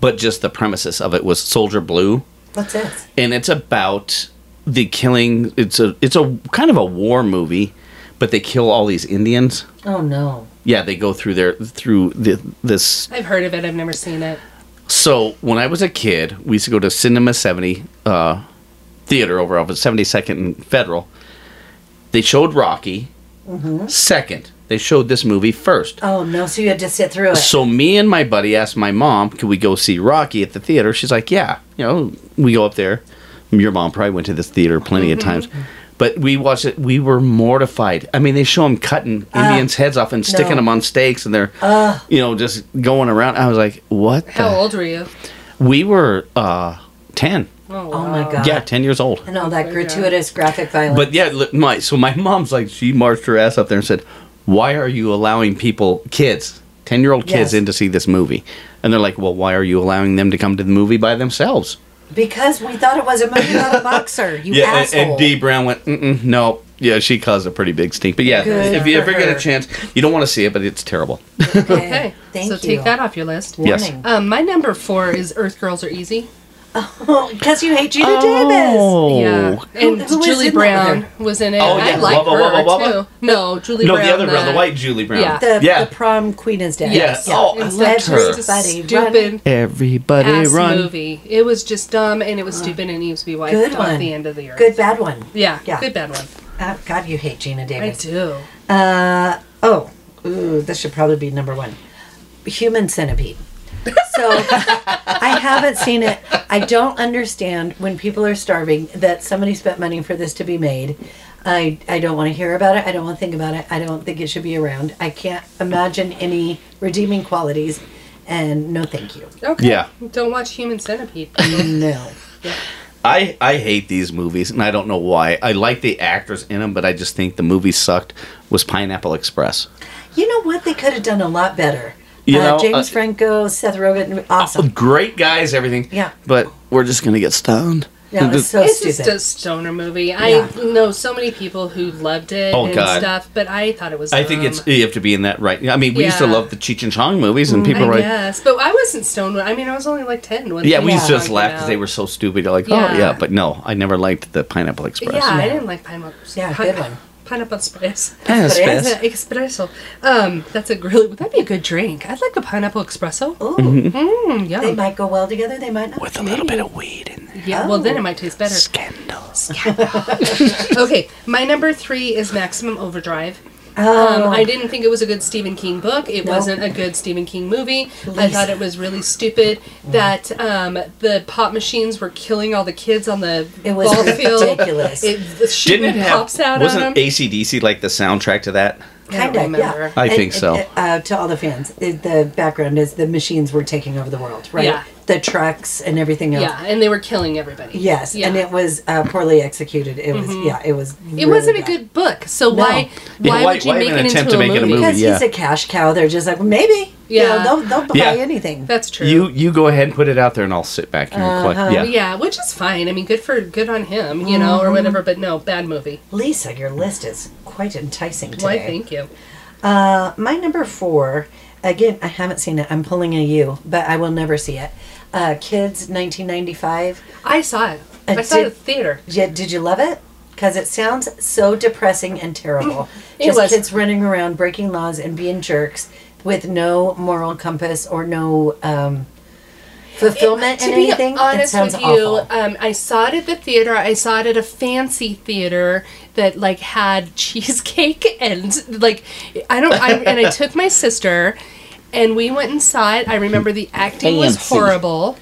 Speaker 4: but just the premises of it was Soldier Blue.
Speaker 3: What's this?
Speaker 4: and it's about the killing. It's a it's a kind of a war movie, but they kill all these Indians.
Speaker 3: Oh no.
Speaker 4: Yeah, they go through their through the, this.
Speaker 5: I've heard of it. I've never seen it.
Speaker 4: So when I was a kid, we used to go to Cinema Seventy uh, Theater over off of Seventy Second and Federal. They showed Rocky second. They showed this movie first.
Speaker 3: Oh no. So you had to sit through it.
Speaker 4: So me and my buddy asked my mom, "Could we go see Rocky at the theater?" She's like, "Yeah." You know, we go up there. Your mom probably went to this theater plenty of times, but we watched it. We were mortified. I mean, they show them cutting Indians' heads off and sticking
Speaker 3: no.
Speaker 4: them on stakes, and they're you know just going around. I was like, "What?" the-
Speaker 5: How old were you?
Speaker 4: We were uh, ten.
Speaker 5: Oh,
Speaker 3: oh
Speaker 5: wow. Oh,
Speaker 3: my god.
Speaker 4: Yeah, ten years old.
Speaker 3: And all that
Speaker 5: my
Speaker 3: gratuitous graphic violence.
Speaker 4: But yeah, look, my so my mom's like she marched her ass up there and said, "Why are you allowing people, kids, ten year old kids,
Speaker 3: Yes.
Speaker 4: in to see this movie?" And they're like, "Well, why are you allowing them to come to the movie by themselves?"
Speaker 3: because we thought it was a movie about a boxer. You
Speaker 4: and,
Speaker 3: asshole.
Speaker 4: and Dee Brown went, Mm-mm, "No." Yeah, she caused a pretty big stink. But yeah,
Speaker 3: Good
Speaker 4: if you
Speaker 3: for
Speaker 4: ever get
Speaker 3: her.
Speaker 4: a chance, you don't want to see it, but it's terrible.
Speaker 5: Okay.
Speaker 3: Thank
Speaker 5: so
Speaker 3: you.
Speaker 5: take that off your list.
Speaker 4: Yes.
Speaker 3: Warning.
Speaker 5: Um, my number four is Earth Girls Are Easy.
Speaker 3: Because you hate Gina Davis.
Speaker 4: Oh.
Speaker 5: Yeah. And
Speaker 3: Who- who was
Speaker 5: Julie
Speaker 3: in that with
Speaker 5: Brown was in it.
Speaker 4: Oh,
Speaker 5: I
Speaker 4: yeah,
Speaker 5: like
Speaker 4: Wubba,
Speaker 5: her
Speaker 4: Wubba, Wubba?
Speaker 5: too. No, Julie
Speaker 4: No,
Speaker 5: Brown. uh,
Speaker 4: the other girl, the white Julie Brown.
Speaker 5: yeah.
Speaker 3: The,
Speaker 4: yeah.
Speaker 3: the prom queen is dead.
Speaker 4: Yes. Oh, I
Speaker 5: It's
Speaker 4: loved
Speaker 5: that
Speaker 4: her.
Speaker 5: just
Speaker 3: Buddy,
Speaker 5: Stupid.
Speaker 4: Everybody
Speaker 5: ass
Speaker 4: run.
Speaker 5: movie. It was just dumb and it was stupid and needs to be wiped
Speaker 3: Good
Speaker 5: off
Speaker 3: one.
Speaker 5: the end of the earth.
Speaker 3: Good bad one.
Speaker 5: Yeah,
Speaker 3: Yeah.
Speaker 5: good bad one.
Speaker 3: Oh, God, you hate Gina
Speaker 5: I
Speaker 3: Davis.
Speaker 5: do.
Speaker 3: Uh, oh, ooh, this should probably be number one. Human centipede. So I haven't seen it. I don't understand when people are starving that somebody spent money for this to be made. I, I don't want to hear about it. I don't want to think about it. I don't think it should be around. I can't imagine any redeeming qualities. And no, thank you.
Speaker 5: Okay.
Speaker 4: Yeah.
Speaker 5: Don't watch Human Centipede.
Speaker 3: No.
Speaker 4: I, I hate these movies, and I don't know why. I like the actors in them, but I just think the movie sucked. Was Pineapple Express?
Speaker 3: You know what? They could have done a lot better.
Speaker 4: You
Speaker 3: uh,
Speaker 4: know,
Speaker 3: James
Speaker 4: uh,
Speaker 3: Franco, Seth Rogen,
Speaker 4: Oh,
Speaker 3: awesome.
Speaker 4: great guys, everything.
Speaker 3: Yeah.
Speaker 4: But we're just gonna get stoned.
Speaker 3: Yeah, it was so
Speaker 5: it's
Speaker 3: stupid.
Speaker 5: just a stoner movie.
Speaker 3: Yeah.
Speaker 5: I know so many people who loved it
Speaker 4: Oh,
Speaker 5: and
Speaker 4: God.
Speaker 5: stuff, but I thought it was.
Speaker 4: I think
Speaker 5: dumb.
Speaker 4: it's you have to be in that right. I mean, we used to
Speaker 5: Yeah. Mm,
Speaker 4: love the Cheech and Chong movies, and people
Speaker 5: I
Speaker 4: were like,
Speaker 5: guess, but I wasn't stoned. when- I mean, I was only like ten when.
Speaker 4: "Yeah, we used to
Speaker 5: Pokemon
Speaker 4: just
Speaker 5: came
Speaker 4: laugh because
Speaker 5: out.
Speaker 4: they were so stupid." You're like, "Oh
Speaker 5: Yeah.
Speaker 4: yeah," but no, I never liked the Pineapple Express.
Speaker 5: Yeah, I didn't like pineapple.
Speaker 3: Yeah,
Speaker 5: pi-
Speaker 3: good one.
Speaker 5: Pineapple express.
Speaker 4: Eh, it's
Speaker 3: Express.
Speaker 4: best.
Speaker 5: Espresso. Um, that's a really. Would that be a good drink? I'd like a pineapple espresso.
Speaker 3: Ooh,
Speaker 5: Mm, yum.
Speaker 3: They might go well together. They might not.
Speaker 4: with a little bit of weed in there.
Speaker 5: Yeah, well,
Speaker 3: Oh.
Speaker 5: then it might taste better.
Speaker 4: Scandals.
Speaker 5: Okay, my number three is Maximum Overdrive.
Speaker 3: Oh.
Speaker 5: Um, I didn't think it was a good Stephen King book. It
Speaker 3: No.
Speaker 5: wasn't a good Stephen King movie. I thought it was really stupid
Speaker 3: Mm.
Speaker 5: that um, the pop machines were killing all the kids on the
Speaker 3: It was
Speaker 5: ball field.
Speaker 3: ridiculous.
Speaker 5: It the shooting
Speaker 4: Didn't it have
Speaker 5: pops out
Speaker 4: wasn't
Speaker 5: on them.
Speaker 4: ACDC like the soundtrack to that?
Speaker 5: don't
Speaker 3: Kind of, yeah.
Speaker 5: remember.
Speaker 4: I
Speaker 3: And-
Speaker 4: think so.
Speaker 3: Uh, to all the fans, it, the background is the machines were taking over the world, right?
Speaker 5: Yeah.
Speaker 3: the trucks and everything else.
Speaker 5: Yeah, and they were killing everybody.
Speaker 3: Yes,
Speaker 5: yeah. Mm-hmm.
Speaker 3: and it was uh, poorly executed. It was yeah, it was.
Speaker 5: It wasn't a good book, so why
Speaker 4: Yeah,
Speaker 5: why
Speaker 4: why-
Speaker 5: would you
Speaker 4: why
Speaker 5: make
Speaker 4: even
Speaker 5: it
Speaker 4: attempt to
Speaker 5: into a
Speaker 4: make it
Speaker 5: movie?
Speaker 4: a movie?
Speaker 3: because
Speaker 4: yeah.
Speaker 3: he's a cash cow. They're just like maybe you know,
Speaker 5: Yeah.
Speaker 3: they'll they'll buy
Speaker 4: Yeah.
Speaker 3: anything.
Speaker 5: That's true. Uh-huh.
Speaker 4: You you go ahead and put it out there, and I'll sit back and collect. Yeah.
Speaker 5: yeah, which is fine. I mean, good for good on him, you know, or
Speaker 3: Mm-hmm.
Speaker 5: whatever. But no, bad movie.
Speaker 3: Lisa, your list is quite enticing today.
Speaker 5: Why? Thank you.
Speaker 3: Uh, my number four, again, I haven't seen it. I'm pulling a U, but I will never see it. Uh, Kids, 1995.
Speaker 5: I saw it.
Speaker 3: And
Speaker 5: I saw
Speaker 3: Uh,
Speaker 5: it
Speaker 3: did-
Speaker 5: at the theater.
Speaker 3: Yeah, did you love it? Because it sounds so depressing and terrible.
Speaker 5: It
Speaker 3: Just
Speaker 5: was.
Speaker 3: kids running around breaking laws and being jerks with no moral compass or no um, fulfillment
Speaker 5: To
Speaker 3: in
Speaker 5: be
Speaker 3: anything. it
Speaker 5: honest
Speaker 3: sounds
Speaker 5: with you,
Speaker 3: awful.
Speaker 5: um, I saw it at the theater. I saw it at a fancy theater that like had cheesecake and like I don't. I, and I took my sister, and we went and saw it. I remember the acting was
Speaker 4: Fancy.
Speaker 5: horrible.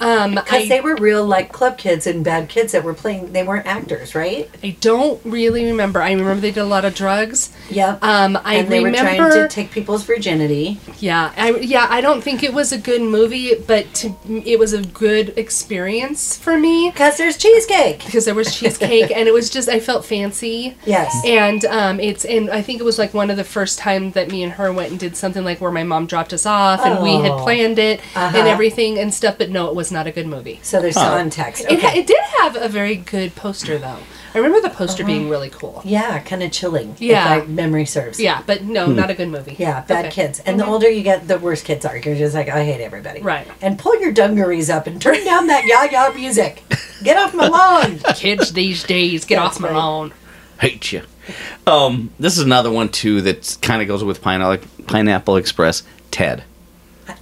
Speaker 5: Um, I,
Speaker 3: Because they were real like club kids and bad kids that were playing. They weren't actors, right?
Speaker 5: I don't really remember. I remember they did a lot of drugs.
Speaker 3: Yep.
Speaker 5: Um, I
Speaker 3: and they
Speaker 5: remember.
Speaker 3: were trying to take people's virginity.
Speaker 5: yeah, I yeah. I don't think it was a good movie, but to, it was a good experience for me
Speaker 3: Because there's cheesecake.
Speaker 5: because there was cheesecake and it was just I felt fancy.
Speaker 3: Yes.
Speaker 5: And um, it's and I think it was like one of the first time that me and her went and did something like where my mom dropped us off and we had
Speaker 3: Oh.
Speaker 5: planned it
Speaker 3: Uh-huh.
Speaker 5: and everything and stuff. But no, it was not a good movie.
Speaker 3: So there's context. Okay.
Speaker 5: It, ha- it did have a very good poster though. I remember the poster being really cool.
Speaker 3: Uh-huh. yeah, kind of chilling.
Speaker 5: Yeah.
Speaker 3: If I, memory serves.
Speaker 5: Yeah, but no,
Speaker 4: Hmm.
Speaker 5: not a good movie.
Speaker 3: Yeah, bad
Speaker 5: Okay.
Speaker 3: kids. And the older you get, the worse kids are. You're just like, I hate everybody.
Speaker 5: Right.
Speaker 3: And pull your dungarees up and turn down that yah yah music. Get off my lawn.
Speaker 5: Kids these days, get off my
Speaker 3: right.
Speaker 5: lawn.
Speaker 4: hate you. Um, this is another one too that kind of goes with Pineapple Pineapple Express. Ted.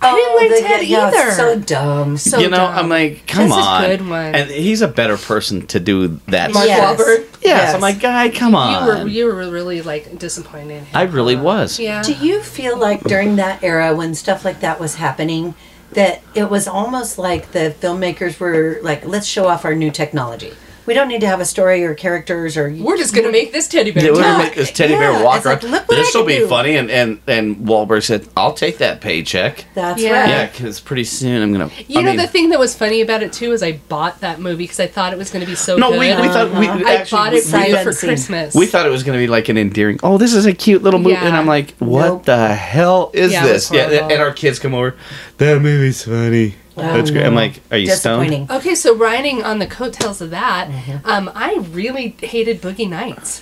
Speaker 3: I
Speaker 5: didn't like Ted either.
Speaker 3: so dumb. So
Speaker 4: you know,
Speaker 5: dumb.
Speaker 4: I'm like, come
Speaker 5: That's a
Speaker 4: on.
Speaker 5: good one.
Speaker 4: And he's a better person to do that.
Speaker 5: Mark
Speaker 4: Yeah.
Speaker 3: Yes.
Speaker 5: Wahlberg.
Speaker 3: Yes.
Speaker 4: So I'm like, guy, come
Speaker 5: You
Speaker 4: on.
Speaker 5: were you were really like disappointed. in him.
Speaker 4: I really was.
Speaker 5: yeah.
Speaker 3: Do you feel like during that era when stuff like that was happening, that it was almost like the filmmakers were like, let's show off our new technology. We don't need to have a story or characters or
Speaker 5: We're just gonna make this teddy
Speaker 4: They
Speaker 5: bear.
Speaker 4: would
Speaker 5: talk.
Speaker 4: make this teddy
Speaker 3: yeah,
Speaker 4: bear walk
Speaker 3: it's like,
Speaker 4: around.
Speaker 3: look what I
Speaker 4: this will
Speaker 3: can
Speaker 4: be
Speaker 3: do."
Speaker 4: funny. And, and, and Wahlberg said, I'll take that paycheck.
Speaker 3: That's
Speaker 5: Yeah.
Speaker 3: right.
Speaker 4: Yeah, because pretty soon I'm going to.
Speaker 5: You
Speaker 4: I
Speaker 5: know
Speaker 4: mean,
Speaker 5: the thing that was funny about it too is I bought that movie because I thought it was going to be so
Speaker 4: No,
Speaker 5: good.
Speaker 4: we, we thought we
Speaker 3: Uh-huh.
Speaker 5: I
Speaker 4: actually,
Speaker 5: bought it
Speaker 4: we-
Speaker 5: for you
Speaker 3: sight
Speaker 5: for
Speaker 3: unseen.
Speaker 5: Christmas.
Speaker 4: We thought it was going to be like an endearing. Oh, this is a cute little movie,
Speaker 5: Yeah.
Speaker 4: and I'm like, what
Speaker 3: Nope.
Speaker 4: the hell is
Speaker 5: Yeah, it was
Speaker 4: this? Yeah,
Speaker 5: horrible.
Speaker 4: and our kids come over. That movie's funny. That's great. I'm like, are you
Speaker 3: Um, Disappointing.
Speaker 4: stoned?
Speaker 5: okay, so riding on the coattails of that,
Speaker 4: Mm-hmm.
Speaker 5: um, I really hated Boogie Nights.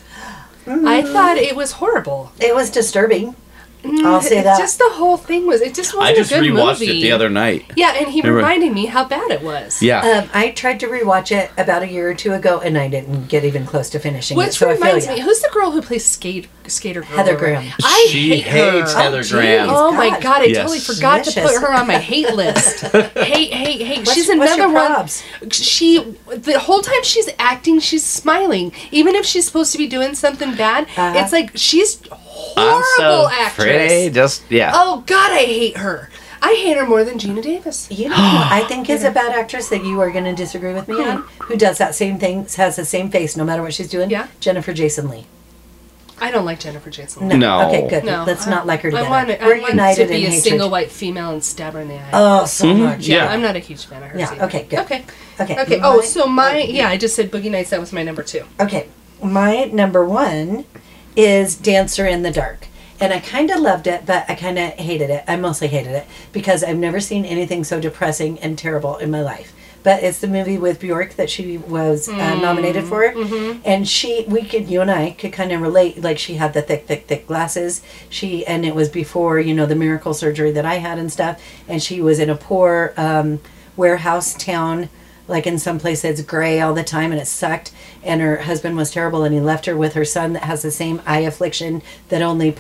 Speaker 5: I
Speaker 4: Mm.
Speaker 5: thought it was horrible.
Speaker 3: It was disturbing. I'll say that.
Speaker 5: Mm, Just the whole thing was. It just
Speaker 4: I
Speaker 5: wasn't
Speaker 4: just
Speaker 5: a good
Speaker 4: rewatched
Speaker 5: movie.
Speaker 4: it the other night.
Speaker 5: Yeah, and he
Speaker 4: Remember-
Speaker 5: reminded me how bad it was.
Speaker 4: Yeah,
Speaker 3: Um, I tried to rewatch it about a year or two ago, and I didn't get even close to finishing it.
Speaker 5: Which
Speaker 3: So
Speaker 5: reminds
Speaker 3: I feel
Speaker 5: me,
Speaker 3: ya.
Speaker 5: who's the girl who plays skate skater girl?
Speaker 3: Heather Graham.
Speaker 5: I
Speaker 4: she
Speaker 5: hate
Speaker 4: hates
Speaker 5: her.
Speaker 4: Heather
Speaker 3: geez.
Speaker 4: Graham.
Speaker 5: Oh my
Speaker 3: God.
Speaker 5: god, I
Speaker 4: Yes.
Speaker 5: totally forgot to put
Speaker 3: Vicious.
Speaker 5: her on my hate list. hate, hate, hate. she's
Speaker 3: what's your
Speaker 5: another one.
Speaker 3: probs?
Speaker 5: She the whole time she's acting, she's smiling. Even if she's supposed to be doing something bad,
Speaker 3: Uh-huh.
Speaker 5: it's like she's horrible
Speaker 4: I'm so
Speaker 5: actress.
Speaker 4: pretty. Just yeah.
Speaker 5: Oh god, I hate her. I hate her more than Gina Davis.
Speaker 3: You know, who I think is a bad actress that you are going to disagree with me on. Who does that same thing? Has the same face no matter what she's doing.
Speaker 5: Yeah.
Speaker 3: Jennifer Jason Lee.
Speaker 5: I don't like Jennifer Jason.
Speaker 3: No.
Speaker 4: No.
Speaker 3: Okay, good.
Speaker 5: No,
Speaker 3: Let's
Speaker 5: I-
Speaker 3: not like her
Speaker 5: I
Speaker 3: together.
Speaker 5: want, I
Speaker 3: We're
Speaker 5: want
Speaker 3: united
Speaker 5: to be
Speaker 3: in
Speaker 5: a
Speaker 3: hatred.
Speaker 5: single white female and stab her in the eye.
Speaker 3: Oh, so much.
Speaker 4: Yeah.
Speaker 5: I'm not a huge fan of hers.
Speaker 3: Yeah,
Speaker 5: either.
Speaker 3: okay, good.
Speaker 5: Okay.
Speaker 3: Okay.
Speaker 5: Okay. Oh,
Speaker 3: My-
Speaker 5: so my yeah, I just said Boogie Nights. That was my number two.
Speaker 3: Okay, my number one is Dancer in the Dark. And I kind of loved it, but I kind of hated it. I mostly hated it because I've never seen anything so depressing and terrible in my life. But it's the movie with Bjork that she was uh, nominated for, and she, we could, you and I could kind of relate. Like she had the thick, thick, thick glasses. She, and it was before you know the miracle surgery that I had and stuff. And she was in a poor um, warehouse town like in some place that's gray all the time and it sucked and her husband was terrible and he left her with her son that has the same eye affliction that only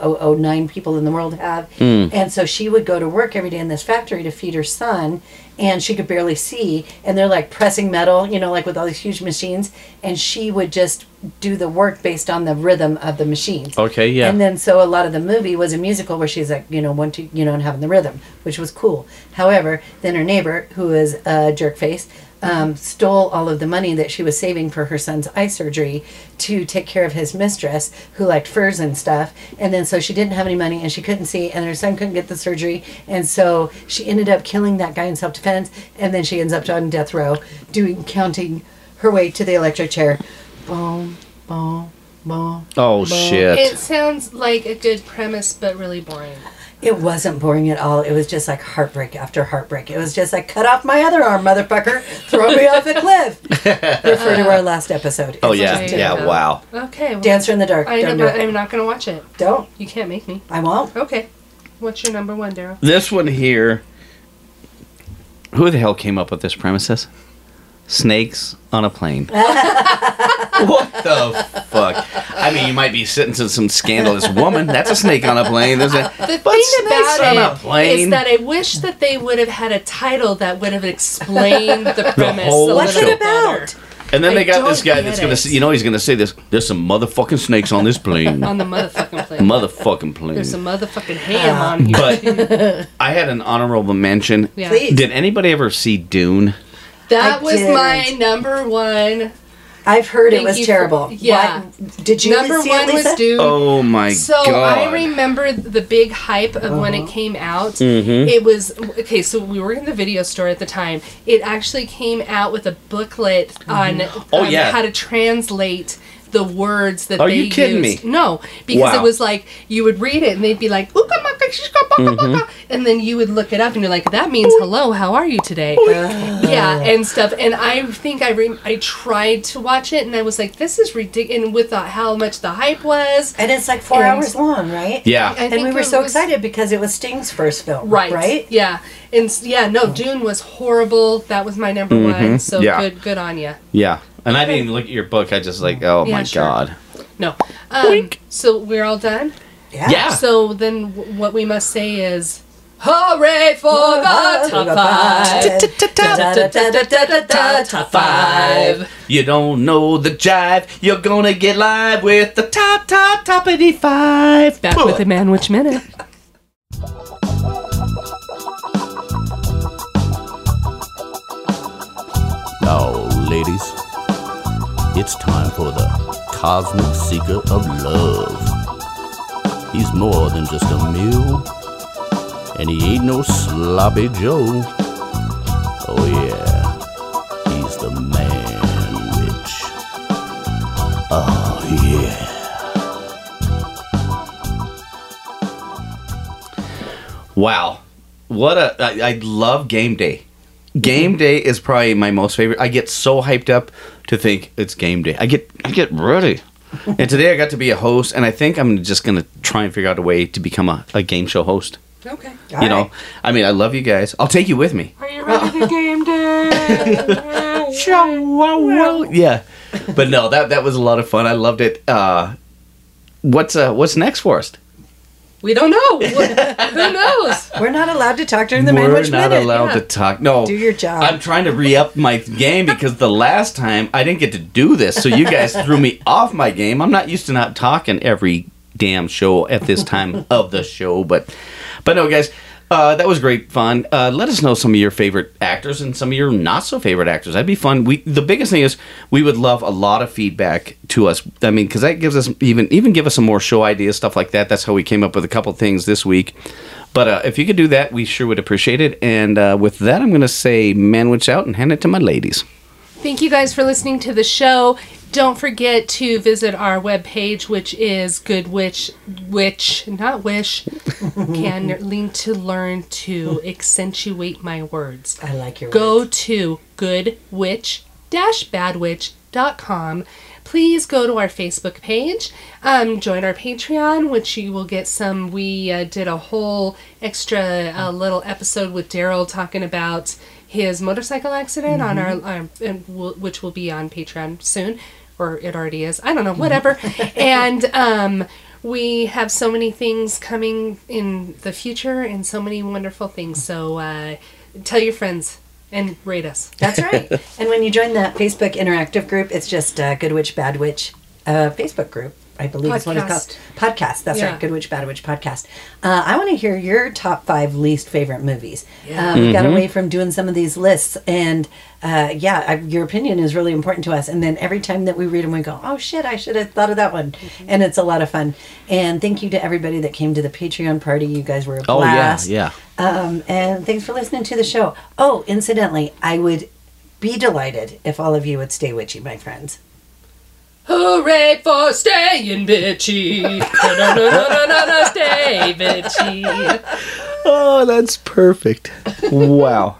Speaker 3: 0.00009 people in the world have
Speaker 4: Hmm.
Speaker 3: and so she would go to work every day in this factory to feed her son and she could barely see and they're like pressing metal you know like with all these huge machines and she would just do the work based on the rhythm of the machines.
Speaker 4: Okay, yeah.
Speaker 3: And then so a lot of the movie was a musical where she's like, you know, one two, you know, and having the rhythm, which was cool. However, then her neighbor, who is a jerk face, um, stole all of the money that she was saving for her son's eye surgery to take care of his mistress, who liked furs and stuff. And then so she didn't have any money and she couldn't see, and her son couldn't get the surgery. And so she ended up killing that guy in self defense. And then she ends up on death row doing counting her way to the electric chair. Boom, boom, boom.
Speaker 4: Oh shit.
Speaker 5: It sounds like a good premise, but really boring.
Speaker 3: It wasn't boring at all. It was just like heartbreak after heartbreak. It was just like, cut off my other arm, motherfucker. Throw me off the cliff. Refer to our last episode.
Speaker 4: oh
Speaker 3: It's
Speaker 4: yeah,
Speaker 3: just
Speaker 5: okay.
Speaker 4: yeah.
Speaker 5: Yeah.
Speaker 4: Wow.
Speaker 5: Okay. Well,
Speaker 3: Dancer in the dark.
Speaker 5: I
Speaker 3: Don't
Speaker 5: am
Speaker 3: do
Speaker 5: not,
Speaker 3: it.
Speaker 5: I'm not going to watch it.
Speaker 3: Don't.
Speaker 5: You can't make me.
Speaker 3: I won't.
Speaker 5: Okay. What's your number one, Daryl?
Speaker 4: This one here. Who the hell came up with this premises? Snakes on a plane. what the fuck? I mean, you might be sitting to some scandalous woman. That's a snake on a plane. There's a
Speaker 5: The
Speaker 4: but
Speaker 5: thing
Speaker 4: snakes on
Speaker 5: about
Speaker 4: a
Speaker 5: it is
Speaker 4: plane.
Speaker 5: that I wish that they would have had a title that would have explained the premise.
Speaker 4: whole
Speaker 5: a
Speaker 4: What's
Speaker 5: little
Speaker 4: it
Speaker 5: bit better.
Speaker 4: and then
Speaker 5: I
Speaker 4: they got this
Speaker 5: don't
Speaker 4: guy
Speaker 5: get
Speaker 4: that's gonna.
Speaker 5: it.
Speaker 4: say- You know, he's gonna say this. There's some motherfucking snakes on this plane.
Speaker 5: On the motherfucking plane.
Speaker 4: motherfucking plane.
Speaker 5: There's a motherfucking ham on here.
Speaker 4: but I had an honorable mention.
Speaker 5: Yeah.
Speaker 3: Please.
Speaker 4: Did anybody ever see Dune?
Speaker 5: That
Speaker 3: I
Speaker 5: was
Speaker 3: did.
Speaker 5: my number one.
Speaker 3: I've heard it
Speaker 5: Thank
Speaker 3: was
Speaker 5: you for-
Speaker 3: terrible.
Speaker 5: yeah.
Speaker 3: Why- Did you
Speaker 5: number
Speaker 3: see
Speaker 5: one
Speaker 3: it, Lisa?
Speaker 5: was Dune.
Speaker 4: Oh my
Speaker 5: So
Speaker 4: god!
Speaker 5: I remember the big hype of when it came out.
Speaker 4: Mm-hmm.
Speaker 5: It was okay. So we were in the video store at the time. It actually came out with a booklet on,
Speaker 4: Oh,
Speaker 5: on
Speaker 4: yeah.
Speaker 5: how to translate the words that
Speaker 4: Are
Speaker 5: they
Speaker 4: you kidding
Speaker 5: used.
Speaker 4: me?
Speaker 5: No, because
Speaker 4: Wow.
Speaker 5: it was like you would read it and they'd be like "Ooka maka shishka baka
Speaker 4: Mm-hmm.
Speaker 5: baka," and then you would look it up and you're like that means hello, how are you today? yeah, and stuff. And I think I re- I tried to watch it and I was like this is ridiculous. And with the, how much the hype was,
Speaker 3: And it's like four
Speaker 5: And-
Speaker 3: hours long, right?
Speaker 4: yeah.
Speaker 5: I
Speaker 3: And we
Speaker 5: think
Speaker 3: were
Speaker 5: it
Speaker 3: so
Speaker 5: was-
Speaker 3: excited because it was Sting's first film.
Speaker 5: Right.
Speaker 3: Right?
Speaker 5: Yeah. And s- yeah, no, Dune was horrible. That was my number one. So
Speaker 4: Mm-hmm. Yeah.
Speaker 5: good, good on you.
Speaker 4: yeah. And I didn't even look at your book. I just like, oh
Speaker 5: Yeah,
Speaker 4: my
Speaker 5: sure.
Speaker 4: god.
Speaker 5: No. Um, so we're all done.
Speaker 3: Yeah.
Speaker 4: Yeah.
Speaker 5: So then, w- what we must say is, hooray for the top five.
Speaker 3: Da-da-da-da-da-da-da, Top five.
Speaker 4: You don't know the jive. You're gonna get live with the top, top, top eighty five.
Speaker 5: Back with a man which minute.
Speaker 8: Now, ladies, it's time for the Cosmic Seeker of Love. He's more than just a mule, and he ain't no sloppy Joe. Oh, yeah, he's the man witch. Oh, yeah.
Speaker 4: Wow. What a! I, I love game day.
Speaker 3: Mm-hmm.
Speaker 4: Game day is probably my most favorite. I get so hyped up to think it's game day. I get I get ready. and today I got to be a host, and I think I'm just gonna try and figure out a way to become a, a game show host.
Speaker 5: Okay.
Speaker 4: you know,
Speaker 3: right.
Speaker 4: I mean, I love you guys. I'll take you with me.
Speaker 5: Are you ready for game day?
Speaker 4: Yeah, but no, that that was a lot of fun. I loved it. Uh, what's uh, what's next, Forrest?
Speaker 5: we don't know. What- Who knows?
Speaker 3: We're not allowed to talk during the man
Speaker 4: We're
Speaker 3: which
Speaker 4: not
Speaker 3: minute.
Speaker 4: allowed to talk. No,
Speaker 3: Do your job.
Speaker 4: I'm trying to re up my game because the last time I didn't get to do this, so you guys threw me off my game. I'm not used to not talking every damn show at this time of the show, but but no, guys. Uh, that was great fun. Uh, let us know some of your favorite actors and some of your not so favorite actors. That'd be fun. We the biggest thing is we would love a lot of feedback to us. I mean, because that gives us even even give us some more show ideas, stuff like that. That's how we came up with a couple things this week. But uh, if you could do that, we sure would appreciate it. And uh, with that, I'm going to say manwich out and hand it to my ladies.
Speaker 5: Thank you guys for listening to the show. Don't forget to visit our webpage, which is Good Witch, Witch, not Wish, can lean to learn to accentuate my words.
Speaker 3: I like your
Speaker 5: Go to goodwitch-badwitch.com. Please go to our Facebook page. Um, join our Patreon, which you will get some. We uh, did a whole extra uh, little episode with Daryl talking about his motorcycle accident on our, our and will which will be on Patreon soon, or it already is. I don't know, whatever. and um, we have so many things coming in the future, and so many wonderful things. So uh, tell your friends and rate us.
Speaker 3: That's right. and when you join that Facebook interactive group, it's just uh, Good Witch, Bad Witch uh, Facebook group. I believe is what it's called. Podcast. That's
Speaker 5: Yeah.
Speaker 3: right. Good Witch, Bad Witch podcast. Uh, I want to hear your top five least favorite movies. Uh, we
Speaker 4: Mm-hmm.
Speaker 3: got away from doing some of these lists, and uh, yeah, I, your opinion is really important to us. And then every time that we read them, we go, "Oh shit, I should have thought of that one," and it's a lot of fun. And thank you to everybody that came to the Patreon party. You guys were a
Speaker 4: Oh yeah,
Speaker 3: blast.
Speaker 4: yeah.
Speaker 3: Um, and thanks for listening to the show. Oh, incidentally, I would be delighted if all of you would stay witchy, my friends.
Speaker 5: Hooray for staying bitchy. No, no, no, no, no, no, stay bitchy.
Speaker 4: Oh, that's perfect. Wow.
Speaker 5: Oh,